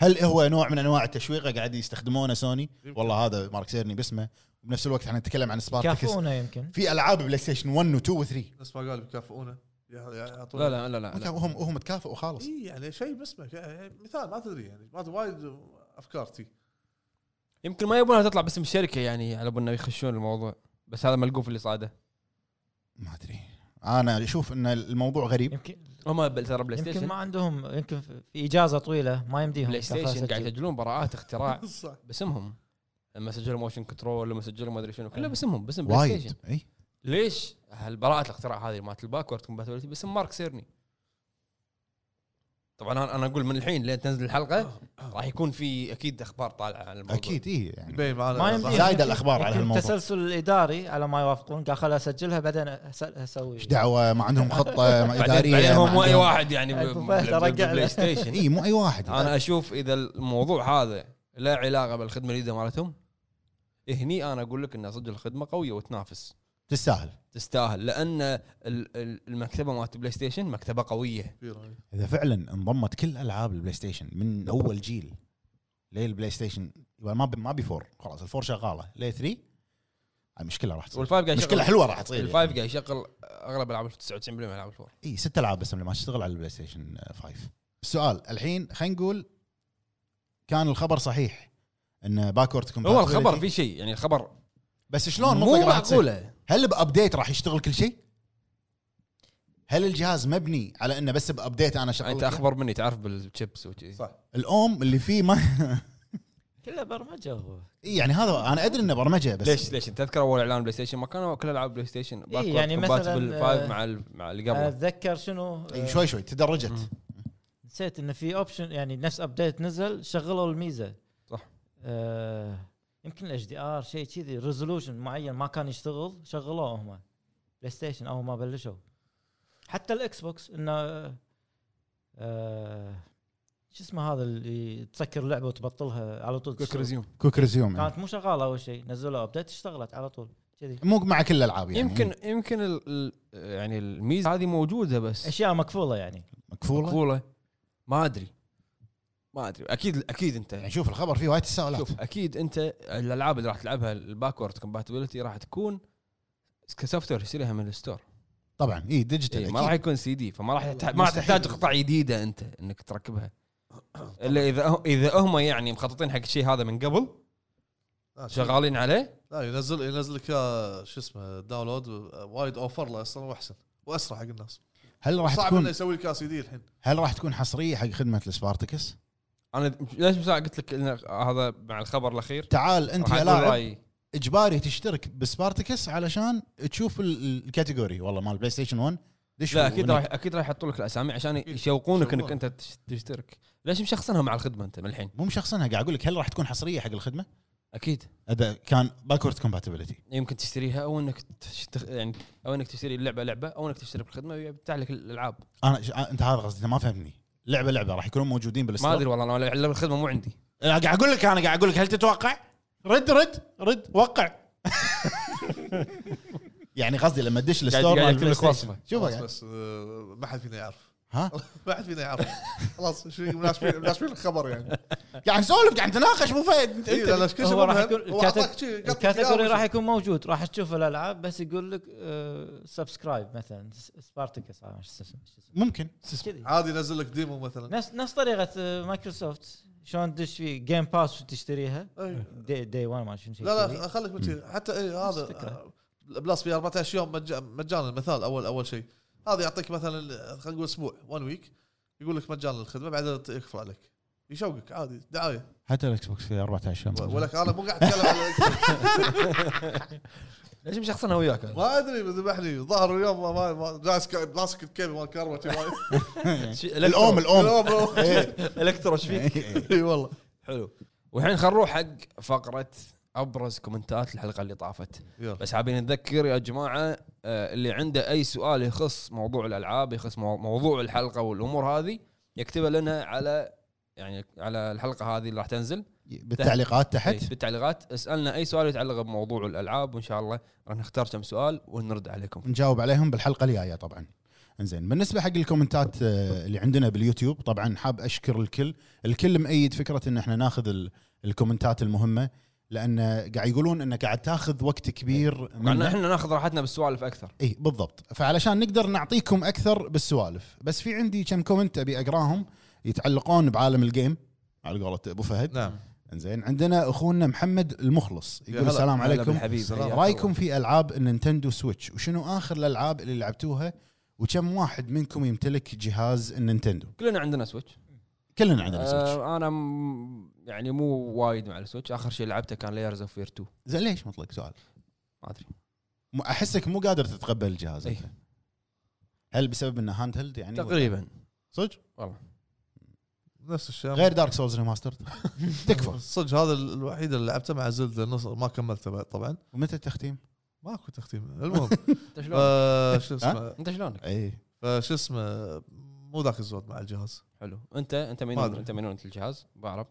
هل هو نوع من انواع التشويقه قاعد يستخدمونه سوني؟
يمكن.
والله هذا مارك سيرني باسمه وبنفس الوقت احنا نتكلم عن سبارتكس
كافونا يمكن
في العاب بلاي ستيشن 1 و2 و3
نفس ما قال بيكافئونه يع- يعطونه
طيب.
لا لا لا لا, لا.
وهم وهم تكافئوا خالص
اي يعني شيء باسمه يعني مثال ما تدري يعني ما أدري، وايد افكار تي
يمكن ما يبونها تطلع باسم الشركه يعني على بالنا يخشون الموضوع بس هذا ملقوف اللي صاده
ما ادري انا اشوف ان الموضوع غريب
يمكن
هم بل- ترى بلاي
يمكن
ستيشن
ما عندهم يمكن في اجازه طويله ما يمديهم
بلاي ستيشن قاعد يسجلون براءات اختراع
<laughs> صح
باسمهم لما سجلوا موشن كنترول لما سجلوا ما ادري شنو
أيوه.
كله باسمهم باسم بلاي ستيشن
وايد اي
ليش هالبراءة الاختراع هذه مالت الباكورد كومباتيبلتي باسم مارك سيرني طبعا انا انا اقول من الحين لين تنزل الحلقه راح يكون في اكيد اخبار طالعه عن الموضوع
اكيد اي
إيه.
يعني
يبين معنا
ما
صح.
يمديهم
زايد
يمكن-
الأخبار على
يمكن
هالموضوع.
التسلسل الاداري على ما يوافقون قال خل اسجلها بعدين أس- اسوي
ايش دعوه
<laughs>
ما عندهم خطه ما
بعدين,
اداريه
بعدين هو
ما
مو اي
عندهم- إيه.
واحد يعني ب-
أبو
ب-
فهد رجع له.
بلاي
<laughs>
ستيشن
اي مو اي واحد
انا اشوف اذا الموضوع هذا لا علاقه بالخدمه الجديده مالتهم هني انا اقول لك ان صدق الخدمه قويه وتنافس
تستاهل
تستاهل لان ال- ال- المكتبه مالت بلاي ستيشن مكتبه قويه
كبيرة.
اذا فعلا انضمت كل العاب البلاي ستيشن من اول جيل للبلاي ستيشن يبقى ما بي ما بي فور خلاص الفور شغاله لي 3 هاي مشكله راح تصير
والفايف قاعد يشغل
مشكله حلوه راح تصير
الفايف قاعد يشغل اغلب العاب 99% من العاب الفور
اي ست العاب بس اللي ما تشتغل على البلاي ستيشن 5 السؤال الحين خلينا نقول كان الخبر صحيح ان باكورد
هو الخبر في شيء يعني الخبر
بس شلون
مو يعني
مطلق راح تصير؟
معقوله
هل بابديت راح يشتغل كل شيء؟ هل الجهاز مبني على انه بس بابديت انا شغال
انت اخبر مني تعرف بالشيبس وشي
صح.
الاوم اللي فيه ما
كله برمجه هو
إي يعني هذا انا ادري انه برمجه بس
ليش ليش انت تذكر اول اعلان بلاي ستيشن ما كانوا كل العاب بلاي ستيشن
إيه، يعني
Backward
مثلاً،
compatible
آه،
فايف مع ال- مع اللي
أنا
قبله
اتذكر شنو آه،
إي شوي شوي
مم.
تدرجت
نسيت انه في اوبشن يعني نفس ابديت نزل شغلوا الميزه
صح.
آه يمكن الاتش دي ار شيء كذي ريزولوشن معين ما كان يشتغل شغلوه هم بلاي ستيشن اول ما بلشوا حتى الاكس بوكس انه آه شو اسمه هذا اللي تسكر لعبه وتبطلها على طول
كويك
تشتغل.
ريزيوم
كويك ريزيوم يعني.
كانت مو شغاله اول شيء نزلوا ابديت اشتغلت على طول كذي
مو مع كل الالعاب يعني
يمكن يمكن ال- ال- يعني الميزه هذه موجوده بس
اشياء مقفوله يعني
مكفوله
مقبوله ما ادري ما ادري اكيد اكيد انت
يعني شوف الخبر فيه وايد تساؤلات
شوف اكيد انت الالعاب اللي راح تلعبها الباكورد كومباتبيلتي راح تكون كسوفت وير يشتريها من الستور
طبعا اي ديجيتال
إيه ما راح يكون سي دي فما راح يحتاج ما راح
مستحيل.
تحتاج قطع جديده انت انك تركبها
<coughs>
الا اذا هم- اذا هم يعني مخططين حق الشيء هذا من قبل
لا،
شغالين عليه
لا ينزل ينزل لك إياه شو اسمه داونلود وايد اوفر له اصلا واحسن واسرع حق الناس
هل راح
صعب انه
تكون
يسوي لك إياه سي دي الحين
هل راح تكون حصريه حق خدمه السبارتكس؟
انا ليش بساعة قلت لك إن هذا مع الخبر الاخير
تعال انت
راح
يا
أقول
لاعب
رأيي.
اجباري تشترك بسبارتكس علشان تشوف ال- الكاتيجوري والله مال بلاي ستيشن 1 دش
لا اكيد
ونك-
راح اكيد راح يحطوا لك الاسامي عشان
أكيد.
يشوقونك انك
يشوقونك.
انت تش- تشترك ليش مشخصنها مع الخدمه انت من الحين
مو مشخصنها قاعد اقول لك هل راح تكون حصريه حق الخدمه؟
اكيد
اذا كان باكورد كومباتبلتي
يمكن تشتريها او انك تشتخ... يعني او انك تشتري اللعبه لعبه او انك تشتري بالخدمه يبتع لك الالعاب
انا ش... آه، انت هذا قصدي أنت ما فهمني لعبه لعبه راح يكونون موجودين
ما
بالستور
ادري والله انا اللعبه الخدمه مو عندي
لا، قاعد اقول لك انا قاعد اقول لك هل تتوقع؟ رد رد رد وقع <laughs> يعني قصدي لما تدش
قاعد
الستور مال
يكتب
بلاي
لك
ستيشن.
وصفة.
شوف
خلاص
قاعد.
بس آه، ما حد فينا يعرف
ها
<laughs> ما حد فينا يعرف خلاص شو
<laughs>
مناشفين مناشفين الخبر يعني
قاعد نسولف قاعد نتناقش مو فهد
إيه، لا، لا، كل شيء
هو راح
مهم.
يكون
هو أعطاك
الكاتيج-
شيء، قط لك
الكاتيجوري
إياه
راح يكون موجود راح تشوف الالعاب بس يقول لك آه، سبسكرايب مثلا سبارتكس آه، شو اسمه شو اسمه.
ممكن
كذي
عادي ينزل لك ديمو مثلا
نفس نفس طريقه آه، مايكروسوفت شلون تدش في جيم باس وتشتريها
أي.
دي, دي 1 ما شنو شيء
إيه. لا
كذي.
لا خليك من شي. حتى اي هذا
الفكرة.
آه، بلس في 14 يوم مج- مجانا المثال اول اول شيء هذا يعطيك مثلا خلينا نقول اسبوع 1 ويك يقول لك مجانا الخدمه بعدين ت- يكفى عليك يشوقك عادي
<laughs>
دعايه
حتى الاكس بوكس فيه 14
و-
يوم
ولك انا مو قاعد اتكلم على
ليش مشخصنها وياك
إيه.
ما ادري ذبحني ظهر اليوم ما- ما- ما ماسك ماسك الكيبل مال كارما شي
<laughs>
وايد. <laughs>
الام الام
لا، بروح.
إيه،
الكترو ايش فيك؟
اي والله
حلو والحين خلينا نروح حق فقره ابرز كومنتات الحلقه اللي طافت
يلا.
بس حابين نذكر يا جماعه آه، اللي عنده اي سؤال يخص موضوع الالعاب يخص مو- موضوع الحلقه والامور هذه يكتبها لنا على يعني على الحلقه هذه اللي راح تنزل
بالتعليقات
إيه،
تحت
بالتعليقات اسالنا اي سؤال يتعلق بموضوع الالعاب وان شاء الله راح نختار كم سؤال ونرد عليكم
نجاوب عليهم بالحلقه الجايه طبعا انزين بالنسبه حق الكومنتات آه، اللي عندنا باليوتيوب طبعا حاب اشكر الكل الكل مؤيد فكره ان احنا ناخذ ال- الكومنتات المهمه لان قاعد يقولون انك قاعد تاخذ وقت كبير
مع
منه.
احنا ناخذ راحتنا بالسوالف اكثر
اي بالضبط فعلشان نقدر نعطيكم اكثر بالسوالف بس في عندي كم كومنت ابي اقراهم يتعلقون بعالم الجيم على قولة ابو فهد
نعم
انزين عندنا اخونا محمد المخلص
يا
يقول
هلا.
السلام
هلا
عليكم
بالحبيب. حياك
رايكم في العاب النينتندو سويتش وشنو اخر الالعاب اللي لعبتوها وكم واحد منكم يمتلك جهاز النينتندو
كلنا عندنا سويتش
كلنا عندنا سويتش
آه انا م- يعني مو وايد مع السويتش اخر شيء لعبته كان لايرز اوف فير 2
زين ليش مطلق سؤال
ما إيه، ادري
م- احسك مو قادر تتقبل الجهاز
إي.
أنت. هل بسبب انه هاند هيلد يعني
تقريبا
صدق
والله
نفس الشيء
غير دارك سولز ريماسترد تكفى
صدق هذا الوحيد اللي لعبته مع زلدة نص ما كملته بعد طبعا
ومتى التختيم؟
ماكو تختيم
<laughs>
المهم <laughs>
انت شلون
آه، شو اسمه
انت شلونك
اي
فشو اسمه مو ذاك الزود مع الجهاز
حلو انت انت
ما
مينون
أدري.
انت مينون الجهاز بعرف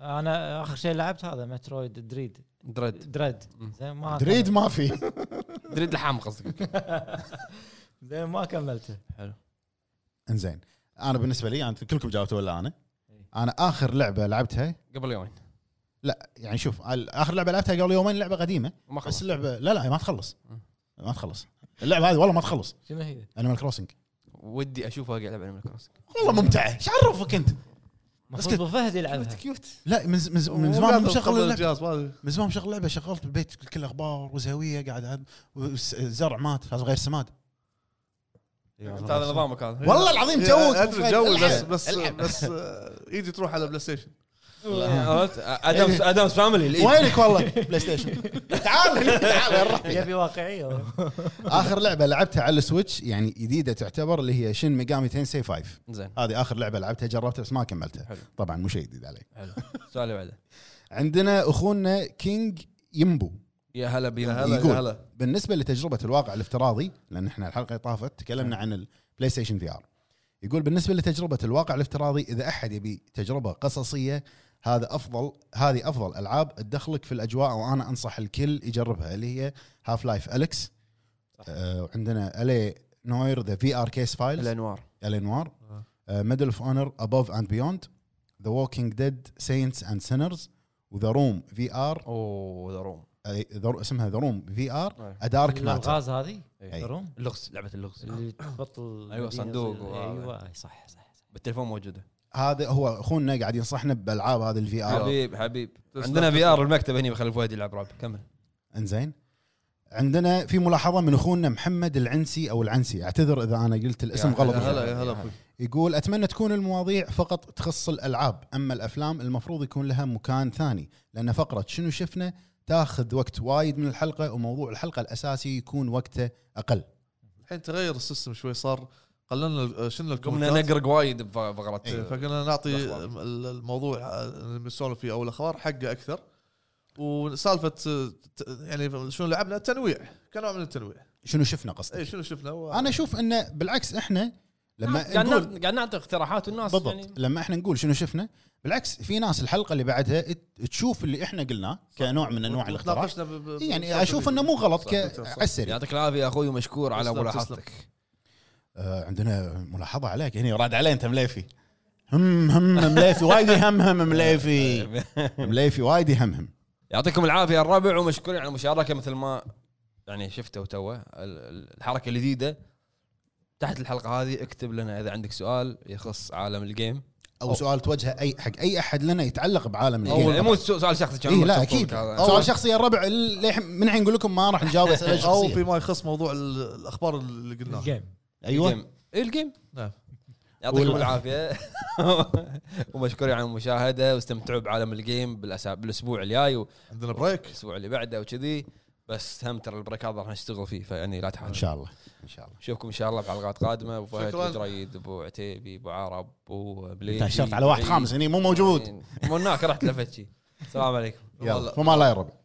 انا اخر شيء لعبت هذا مترويد دريد
دريد
دريد
مم.
زين ما
دريد
كملت.
ما في
دريد لحام قصدك
<laughs> زين ما كملته
انزين انا بالنسبه لي انت كلكم جاوبتوا ولا انا؟
إيه.
انا اخر لعبه لعبتها
قبل يومين
لا يعني شوف اخر لعبه لعبتها قبل يومين لعبه قديمه
ما
بس
خلص
اللعبه لا لا ما تخلص
مم.
ما تخلص اللعبه هذه والله ما تخلص
شنو هي؟
انيمال كروسنج
ودي اشوفها قاعد العب انيمال كروسنج
والله ممتعه ايش عرفك انت؟ بس
المفروض ابو فهد يلعبها
كيوت
لا من ز- من ز- من
مو
زمان
قادر
مشغل
أتقبل
اللعبه
الجهاز ما أدري.
من زمان مشغل اللعبه شغلت بالبيت كل اخبار وزهويه قاعد أعد- وس- زرع مات لازم غير سماد
انت هذا نظامك هذا
<laughs>
والله العظيم جوك إيه.
ادري جوي بس بس
العب.
بس آه، ايدي تروح على بلاي ستيشن
عرفت؟ ادمز ادمز فاميلي الإيد.
<laughs> وينك والله بلاي ستيشن <laughs> تعال هنا، تعال وين رحت؟
يبي واقعيه
اخر لعبه لعبتها على السويتش يعني جديده تعتبر اللي هي شن ميجامي تنسي 5
إيه. زين
هذه اخر لعبه لعبتها جربتها بس ما كملتها
حلو.
طبعا مو شيء جديد علي
حلو السؤال اللي بعده
عندنا اخونا كينج يمبو
يا هلا بينا
يا هلا
يقول.
يا هلا
بالنسبه لتجربه الواقع الافتراضي لان احنا الحلقه اللي طافت تكلمنا عن البلاي ستيشن في ار يقول بالنسبه لتجربه الواقع الافتراضي اذا احد يبي تجربه قصصيه هذا افضل هذه افضل العاب تدخلك في الاجواء وانا انصح الكل يجربها اللي هي هاف لايف اليكس آه عندنا الي نوير ذا في ار كيس فايلز
الانوار
الانوار ميدل اوف اونر ابوف اند بيوند ذا ووكينج ديد سينتس اند سينرز وذا روم في ار
اوه ذا روم
اسمها ذا روم في ار
طيب.
أي.
ادارك ماتر
الغاز هذه
أي.
الروم
اللغز لعبه اللغز
إيه.
اللي تبطل
أيوة، صندوق وهذا.
ايوه أي صح صح
بالتليفون موجوده
هذا هو اخونا قاعد ينصحنا بالالعاب هذه الفي ار
حبيب حبيب عندنا في ار المكتب هني بخلي فؤاد يلعب رعب كمل
انزين عندنا في ملاحظه من اخونا محمد العنسي او العنسي اعتذر اذا انا قلت الاسم
يا
غلط
يا هلا
<laughs>
يا هلا اخوي
يقول اتمنى تكون المواضيع فقط تخص الالعاب اما الافلام المفروض يكون لها مكان ثاني لان فقره شنو شفنا تاخذ وقت وايد من الحلقه وموضوع الحلقه الاساسي يكون وقته اقل
الحين تغير السيستم شوي صار قللنا ال- شلنا
قمنا
الكومنتات
نقرق وايد بفقرات
إيه، فقلنا نعطي
الأخبار.
ال- الموضوع اللي بنسولف فيه او الاخبار حقه اكثر وسالفه ت- يعني شنو لعبنا تنويع كنوع من التنويع
شنو شفنا قصدك
اي شنو شفنا و-
انا اشوف انه بالعكس احنا لما
قاعد
نقول
نعطي- قاعد نعطي اقتراحات والناس
بالضبط
إيه.
يعني
لما احنا نقول شنو شفنا بالعكس في ناس الحلقه اللي بعدها ت- تشوف اللي احنا قلناه كنوع من انواع الاقتراح
وتناقشنا ب- ب-
يعني
بشكل
اشوف انه مو غلط
صح،
ك-
صح، صح.
على السريع
يعطيك العافيه يا اخوي ومشكور على
تسلم،
ملاحظتك
آه، عندنا ملاحظه عليك هنا راد علي انت مليفي هم هم مليفي وايد هم هم
<laughs>
مليفي
إيه.
مليفي وايد هم هم
يعطيكم العافيه الربع ومشكورين على المشاركه مثل ما يعني شفتوا توه ال- ال- الحركه الجديده تحت الحلقه هذه اكتب لنا اذا عندك سؤال يخص عالم الجيم
او سؤال توجهه اي حق اي احد لنا يتعلق بعالم
او
الجيم
مو سو- سؤال شخصي
اي
كان
إيه، لا
مكتوب
اكيد
فوق هذا.
سؤال شخصي يا الربع للحين- من الحين نقول لكم ما راح نجاوب اسئله
او
شخصيه
فيما يخص موضوع ال- الاخبار اللي قلناها
الجيم
ايوه
الجيم. إيه الجيم
نعم.
يعطيكم
وال-
العافيه <laughs> ومشكورين على المشاهده واستمتعوا بعالم الجيم بالأسا- بالاسبوع الجاي
عندنا بريك
والاسبوع اللي بعده وكذي بس هم ترى البريك هذا راح نشتغل فيه فيعني لا تحاول
ان شاء الله
ان شاء الله نشوفكم ان شاء الله بحلقات قادمه ابو فهد
شكراً.
ابو جريد ابو عتيبي ابو عرب إيه. ابو بليز
انت اشرت على واحد خامس هني مو موجود <laughs>
مو هناك رحت لفت شي السلام عليكم
يلا فما لا يا ربع